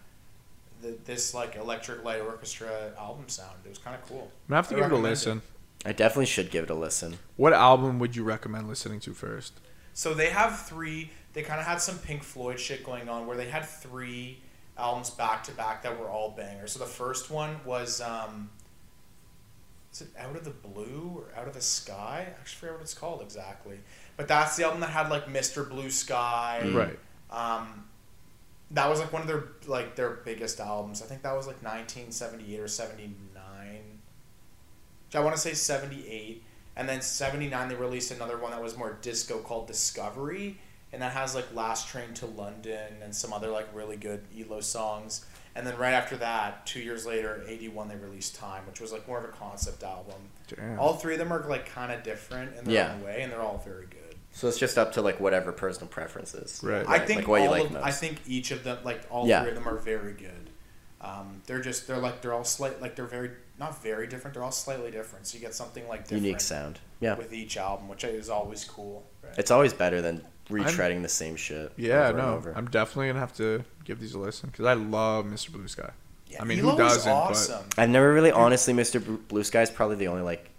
A: the, this like electric light orchestra album sounded. It was kind of cool.
C: I'm gonna have to
A: I
C: give it a
A: recommend it.
C: listen.
B: I definitely should give it a listen.
C: What album would you recommend listening to first?
A: So they have three. They kind of had some Pink Floyd shit going on where they had three albums back to back that were all bangers. So the first one was um, is it Out of the Blue or Out of the Sky? I actually forget what it's called exactly. But that's the album that had like Mr. Blue Sky.
C: Right.
A: Um, that was like one of their like their biggest albums. I think that was like 1978 or 79. I want to say 78, and then 79 they released another one that was more disco called Discovery, and that has like Last Train to London and some other like really good ELO songs. And then right after that, two years later, 81 they released Time, which was like more of a concept album.
C: Damn.
A: All three of them are like kind of different in their
B: Yeah.
A: own way, and they're all very good.
B: So it's just up to like whatever personal preferences.
C: Right.
A: I think
B: like what
A: all
B: you like
A: of,
B: most.
A: I think each of them, like all
B: Yeah.
A: three of them, are very good. Um, they're just they're like they're all slight like they're very not very different. They're all slightly different, so you get something like different
B: Unique sound. Yeah,
A: with each album, which is always cool. Right?
B: it's always better than retreading the same shit.
C: Yeah,
B: over and
C: no,
B: over.
C: I'm definitely gonna have to give these a listen because I love Mr. Blue Sky.
A: yeah,
C: I mean, who
A: Elo is
C: doesn't, but-
A: Awesome.
B: I've never really, honestly, Mr. Bl- Blue Sky is probably the only like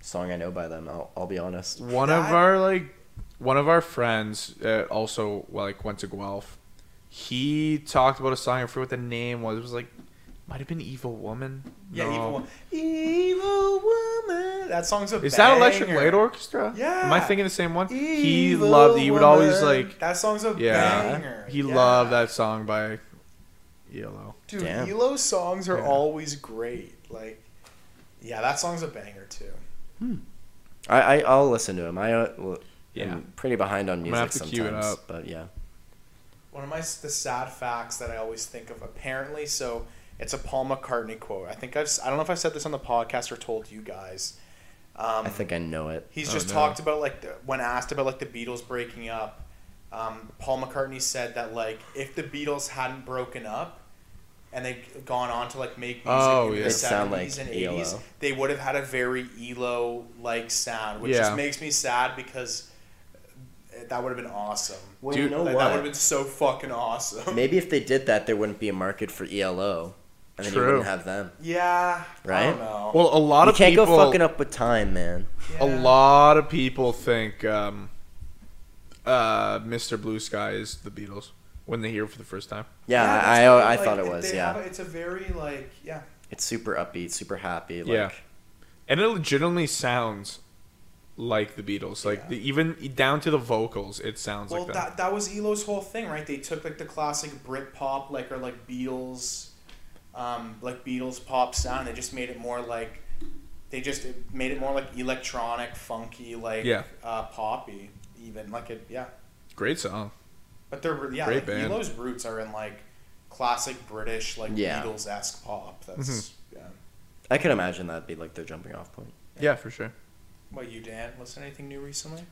B: song I know by them. I'll, I'll be honest.
C: One of
A: That-
C: our like, one of our friends uh, also like went to Guelph. He talked about a song. I forget what the name was. It was like, might have been Evil Woman.
A: Yeah,
C: No.
A: evil, woman. evil woman. That song's a
C: Is that Electric
A: banger.
C: Light Orchestra?
A: Yeah.
C: Am I thinking the same one? he
A: Evil
C: loved. He would always
A: woman.
C: like.
A: that song's a
C: Yeah.
A: banger.
C: He
A: yeah.
C: loved that song by E ELO.
A: Dude,
B: Damn.
A: Elo songs are
C: Yeah.
A: always great. Like, yeah, that song's a banger too.
B: I, I I'll listen to him. I uh, l-
C: Yeah.
B: am pretty behind on
C: I'm gonna
B: music
C: have to queue it
B: sometimes,
C: up.
B: but yeah,
A: one of my the sad facts that I always think of. Apparently, so it's a Paul McCartney quote. I think I've I don't know if I've said this on the podcast or told you guys. Um,
B: I think I know it.
A: he's
C: Oh,
A: just
C: no.
A: talked about like the, when asked about like the Beatles breaking up. Um, Paul McCartney said that like if the Beatles hadn't broken up and they'd gone on to like make music
C: Oh,
A: in
C: yeah.
A: the
C: It'd
B: sound like E
A: seventies and eighties,
B: ELO.
A: they would have had a very elo like sound, which
C: Yeah.
A: just makes me sad because that would have been awesome.
B: Well,
C: Dude,
B: you know
A: Like, that would have
B: what?
A: been so fucking awesome.
B: Maybe if they did that, there wouldn't be a market for ELO, and then
C: True.
B: you wouldn't have them.
A: Yeah. I
B: Right?
A: don't know.
C: Well, a lot
B: you
C: of
B: can't
C: people.
B: go fucking up with time, man.
A: Yeah.
C: A lot of people think um, uh, Mr. Blue Sky is the Beatles when they hear it for the first time.
B: Yeah,
A: that's
B: I
A: what,
B: I, I
A: like,
B: thought it
A: they
B: was.
A: have
B: Yeah,
A: a- it's a very like yeah.
B: it's super upbeat, super happy. Like,
C: Yeah. And it legitimately sounds like the Beatles. Like
A: Yeah.
C: the, even down to the vocals, it sounds
A: Well,
C: like that.
A: that that was Elo's whole thing, right? They took like the classic Brit pop, like or like Beatles, um, like Beatles pop sound. They just made it more like, they just made it more like electronic, funky, like
C: Yeah.
A: uh, poppy, even like it, yeah.
C: Great song.
A: But they're yeah,
C: Great
A: like,
C: band.
A: Elo's roots are in like classic British, like
B: Yeah.
A: Beatles esque pop. That's
C: Mm-hmm.
A: yeah.
B: I could imagine that'd be like their jumping off point.
C: Yeah, for sure.
A: What you Dan? Listen to anything new
C: [laughs]
A: recently?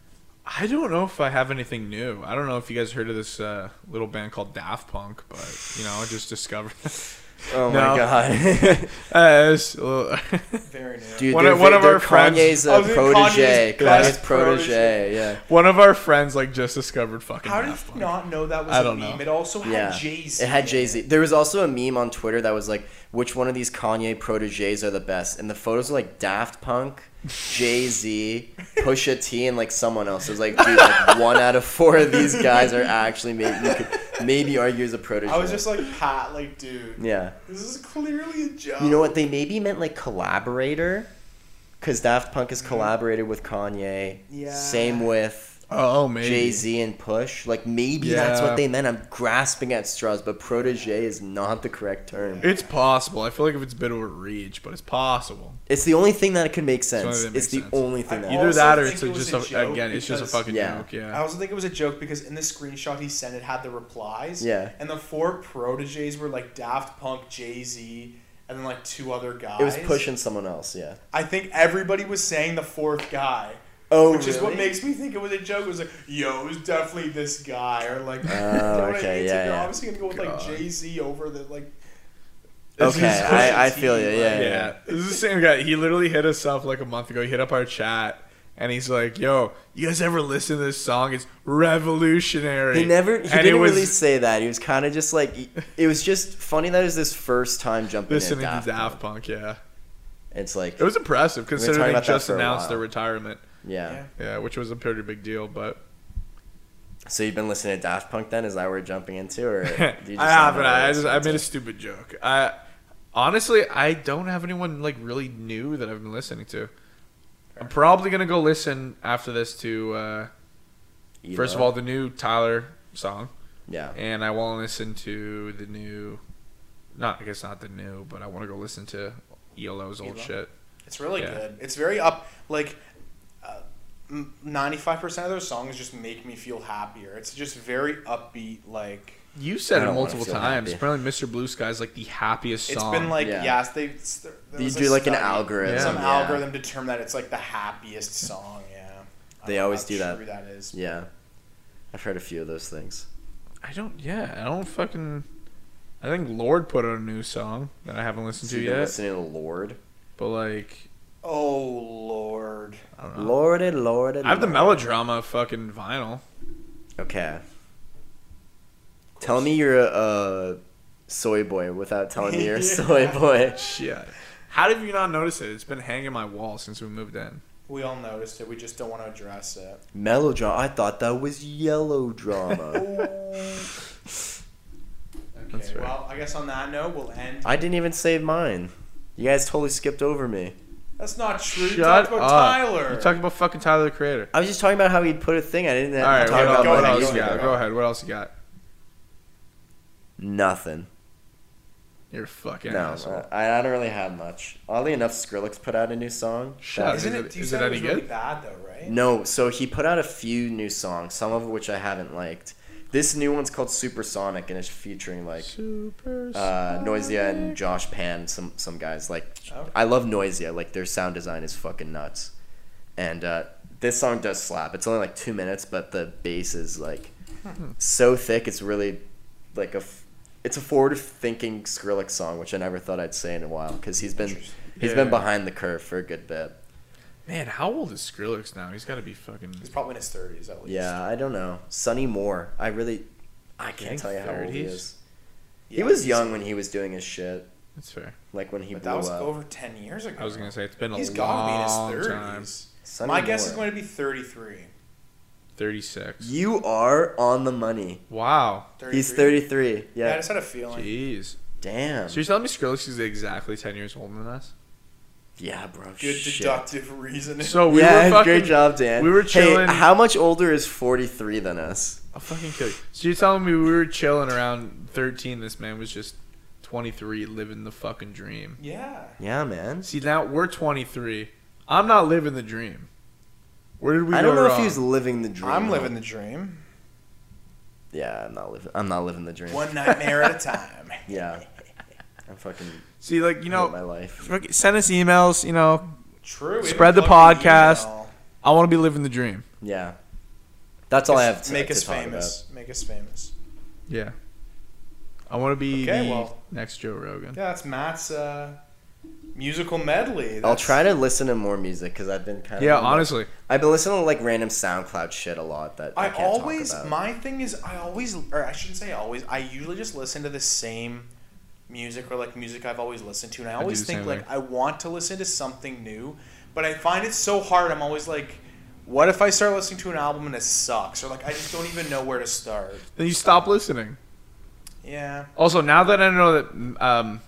C: I don't know if I have anything new. I don't know if you guys heard of this uh, little band called Daft Punk, but you know, I just discovered. [laughs]
B: [laughs] Oh
C: No.
B: my [laughs] god.
C: Uh, it's a little- [laughs]
A: Very new.
B: Dude,
C: One
B: they're,
C: of- one of
B: they're
C: our friends-
B: Kanye's
A: I
B: uh,
A: was in
B: protege.
A: Oh, Kanye's
B: Kanye's
A: best protege.
B: protege, yeah.
C: One of our friends like just discovered fucking.
A: How did
C: Daft
A: you
C: Punk.
A: not know that was
C: I
A: a
C: don't
A: meme?
C: know.
A: It also had
B: yeah.
A: Jay Z.
B: It had Jay Z. There was also a meme on Twitter that was like, which one of these Kanye proteges are the best? And the photos were like Daft Punk,
A: [laughs]
B: Jay Z, Pusha T, and like someone else. It was like, dude, like one out of four of these guys are actually maybe you could maybe argue as a protege.
A: I was just like Pat, like dude,
B: yeah.
A: this is clearly a joke.
B: You know what? They maybe meant like collaborator, because Daft Punk has collaborated with Kanye.
A: Mm-hmm. Yeah.
B: Same with
C: Oh, maybe.
B: Jay Z and Push. Like maybe that's
C: Yeah.
B: what they meant. I'm grasping at straws, but protege is not the correct term.
C: It's possible. I feel like if it's a bit of a reach, but it's possible.
B: It's the only thing that could make sense.
C: only
B: It's,
C: that makes
B: the
C: sense.
B: only thing that.
A: I
C: Either
A: also
C: that or
A: think
C: it's
A: it was
C: just
A: a
C: a,
A: joke
C: again, it's just a
A: because-
C: fucking
B: Yeah.
C: joke.
A: I
C: Yeah.
A: also think it was a joke because in the screenshot he sent, it had the replies.
B: Yeah.
A: And the four proteges were like Daft Punk, Jay Z, and then like two other guys.
B: It was Push and someone else. Yeah.
A: I think everybody was saying the fourth guy.
B: Oh,
A: which is what makes me think it was a joke. It was like, yo, it was definitely this guy, or like, [laughs] you know what
B: Oh, okay,
A: It's like,
B: yeah,
A: you're
B: yeah.
A: obviously gonna go with like
C: God.
A: Jay Z over the like.
C: This
B: Okay,
C: is
A: Pusha
B: I, I
A: T,
B: feel you.
A: like-
B: Yeah. yeah.
C: Yeah, this is the same guy. He literally hit us up like a month ago. He hit up our chat and he's like, "Yo, you guys ever listen to this song? It's revolutionary."
B: He never. He
C: and
B: didn't
C: it was
B: really say that. He was kind of just like. It was just funny that it was this first time jumping
C: listening
B: in Daft
C: to Daft
B: Punk.
C: Punk. Yeah,
B: It's like.
C: it was impressive considering
B: talking
C: they
B: about that
C: just
B: for a
C: announced
B: while.
C: their retirement.
B: yeah.
A: Yeah.
C: Yeah, which was a pretty big deal. But [laughs]
B: So you've been listening to Daft Punk then? Is that what we're jumping into,
C: [laughs]
B: or do you
C: I
B: just
C: haven't.
B: know what
C: I
B: it's
C: just I
B: into?
C: made a stupid joke. I honestly I don't have anyone like really new that I've been listening to. I'm probably gonna go listen after this to uh, first of
B: Elo.
C: all the new Tyler song.
B: Yeah.
C: and I want to listen to the new, not I guess not the new, but I want to go listen to ELO's old
A: ELO?
C: shit.
A: It's really
C: Yeah.
A: good. It's very up. Like, ninety five percent of their songs just make me feel happier. It's just very upbeat. Like,
C: You
B: I
C: said it
B: don't wanna
C: multiple
B: feel
C: times.
B: happy.
C: Apparently, Mr. Blue Sky is like the happiest
A: it's
C: song.
A: been like
B: Yeah.
A: yes, they. it's- there- there
B: You
A: was a
B: do, like, an
A: study.
B: algorithm,
A: Some
B: yeah.
A: algorithm determined that it's like the happiest song. Yeah. I
B: They
A: don't know
B: always
A: how
B: do that.
A: true that is.
B: Yeah. I've heard a few of those things.
C: I don't. Yeah, I don't fucking. I think Lord put out a new song that I haven't listened
B: So
C: to
B: you've
C: yet.
B: been listening to Lord.
C: But like,
A: Oh lord.
C: I don't know.
B: Lord and Lord and
C: I have the
B: Lord.
C: melodrama fucking vinyl.
B: Okay. Tell me you're a, a soy boy without telling
C: [laughs]
B: me you're a soy boy.
C: Shit. How did you not notice it? It's been hanging on my wall since we moved in.
A: We all noticed it. We just don't want to address it.
B: Melodrama. I thought that was yellow drama.
C: [laughs]
A: okay.
C: That's right.
A: Well, I guess on that note, we'll end.
B: I didn't even save mine. You guys totally skipped over me.
A: That's not true. you
C: Shut
A: talked about
C: up.
A: Tyler.
C: You talked about fucking Tyler the Creator.
B: I was just talking about how he'd put a thing. I didn't
C: All right,
B: talk
A: hold
B: about
A: on,
B: my
A: hold
C: what
A: on,
C: else
B: music.
C: you got?
A: go.
C: Go ahead. What else you got?
B: Nothing.
C: You're a fucking
B: no,
C: asshole.
B: uh, I, I don't really have much. Oddly enough, Skrillex put out a new song.
C: Shut
B: that-
A: Isn't
C: Is
A: it?
C: it-
A: you
C: is
A: said
C: it
A: it
C: any
A: was really
C: good?
A: bad though, right?
B: No, so he put out a few new songs, some of which I haven't liked. This new one's called Supersonic, and it's featuring like
C: Super.
B: uh, Noisia and Josh Pan, some some guys. Like,
A: Okay.
B: I love Noisia. Like their sound design is fucking nuts. And uh, this song does slap. It's only like two minutes, but the bass is like so thick. It's really like a. F- it's a forward-thinking Skrillex song, which I never thought I'd say in a while, because he's been he's
A: Interesting.
B: been
C: Yeah.
B: behind the curve for a good bit.
C: Man, how old is Skrillex now? He's got to be fucking.
A: He's probably in his thirties at least.
B: Yeah, I don't know. Sonny Moore. I really, I
C: Dang,
B: can't tell you how old he
C: 30s?
B: is.
A: Yeah,
B: he was
A: he's-
B: young when he was doing his shit,
C: That's fair.
B: like when he
A: But
B: blew
A: that was
B: up.
A: over ten years ago.
C: I was gonna say it's been a
A: he's gotta
C: long
A: be in his
C: time.
A: thirties.
B: Sonny
A: My guess is
B: Moore.
A: going to be 33.
C: Thirty-six.
B: You are on the money.
C: Wow.
A: 33.
B: He's 33.
A: Yeah, I
B: Yeah.
A: just had a feeling.
C: Jeez.
B: Damn.
C: So you're telling me Skrillex is exactly ten years older
A: [laughs]
C: than us?
B: Yeah, bro.
A: Good
B: shit.
A: deductive reasoning.
C: So we
B: yeah,
C: were fucking.
B: great job, Dan.
C: we were chilling-
B: Hey, how much older is 43 than us?
C: I'll fucking kill you. So you're telling me we were chilling around thirteen? This man was just twenty-three, living the fucking dream.
A: yeah.
B: Yeah, man.
C: See now we're twenty-three. I'm not living the dream. Where did we
B: I
C: go
B: don't know if
C: wrong?
B: he was living the dream.
A: I'm
B: though.
A: living the dream.
B: Yeah, I'm not living. I'm not living the dream.
A: One nightmare at a time.
B: Yeah. I'm fucking.
C: See, like [laughs] you
B: You
C: know,
B: my life.
C: fucking send us emails. You know,
A: True. we
C: Spread
A: haven't
C: the
A: plugged
C: podcast.
A: email.
C: I want to be living the dream.
B: Yeah. That's all I have to
A: Make
B: to
A: us
B: talk
A: famous. Make us famous.
C: Yeah. I want to be
A: Okay,
C: the
A: well.
C: next Joe Rogan.
A: Yeah, that's Matt's uh, musical medley. That's,
B: I'll try to listen to more music because I've been kind of
C: Yeah, honestly.
B: I've been listening to like random SoundCloud shit a lot that I,
A: I
B: can't
A: always
B: talk about.
A: my thing is I always or I shouldn't say always I usually just listen to the same music or like music I've always listened to and I
C: do
A: always
C: the
A: think
C: same
A: like
C: way.
A: I want to listen to something new but I find it so hard I'm always like what if I start listening to an album and it sucks or like I just don't even know where to start
C: Then you stop listening.
A: yeah
C: Also, now that I know that, um,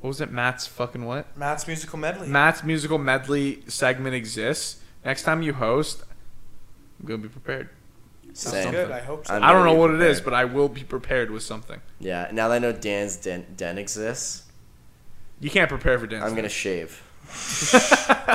C: what was it? Matt's fucking what?
A: Matt's musical medley
C: Matt's musical medley segment exists. Next time you host, I'm gonna be prepared.
A: sounds
B: Same.
A: good I hope so
B: I'm
C: I don't know
B: gonna
C: what
B: be
C: it is,
B: prepared.
C: but I will be prepared with something.
B: Yeah, now that I know Dan's den, den exists,
C: You can't prepare for Dan's.
B: I'm gonna [laughs]
C: den.
B: shave.
C: [laughs]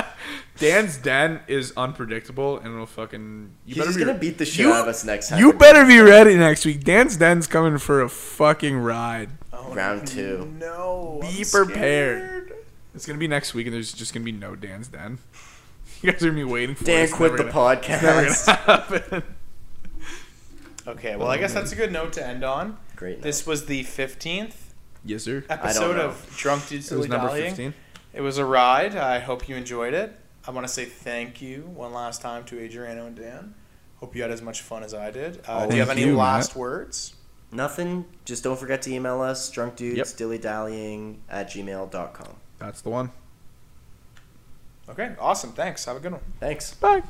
C: Dan's den is unpredictable and it'll fucking. You
B: He's
C: better
B: just
C: be
B: gonna beat the shit
C: you-
B: out of us next time.
C: You
B: for
C: better be ready next week. Dan's den's coming for a fucking ride.
A: Oh,
B: Round two.
A: no I'm
C: Be prepared.
A: scared.
C: It's gonna be next week, and there's just gonna be no Dan's den. [laughs] You guys are gonna be waiting for.
B: [laughs]
C: it.
B: Dan
C: It's
B: quit the
C: never gonna- [laughs] It's
B: podcast.
C: never gonna happen.
A: okay well I guess that's a good note to end on
B: [laughs] Great. note.
A: this was the 15th
C: yes, sir.
A: episode
B: know.
A: of Drunk Dude
C: It
A: Silly
C: was number
A: Dollying.
C: fifteen.
A: It was a ride. I hope you enjoyed it. I want to say thank you one last time to Adriano and Dan. Hope you had as much fun as I did. Uh, do you
C: Thank
A: have any
C: you,
A: last words?
B: Nothing. Just don't forget to email us, drunkdudes,
C: Yep.
B: dillydallying at gmail.com.
C: That's the one.
A: Okay, awesome. Thanks. Have a good one.
B: Thanks.
C: Bye.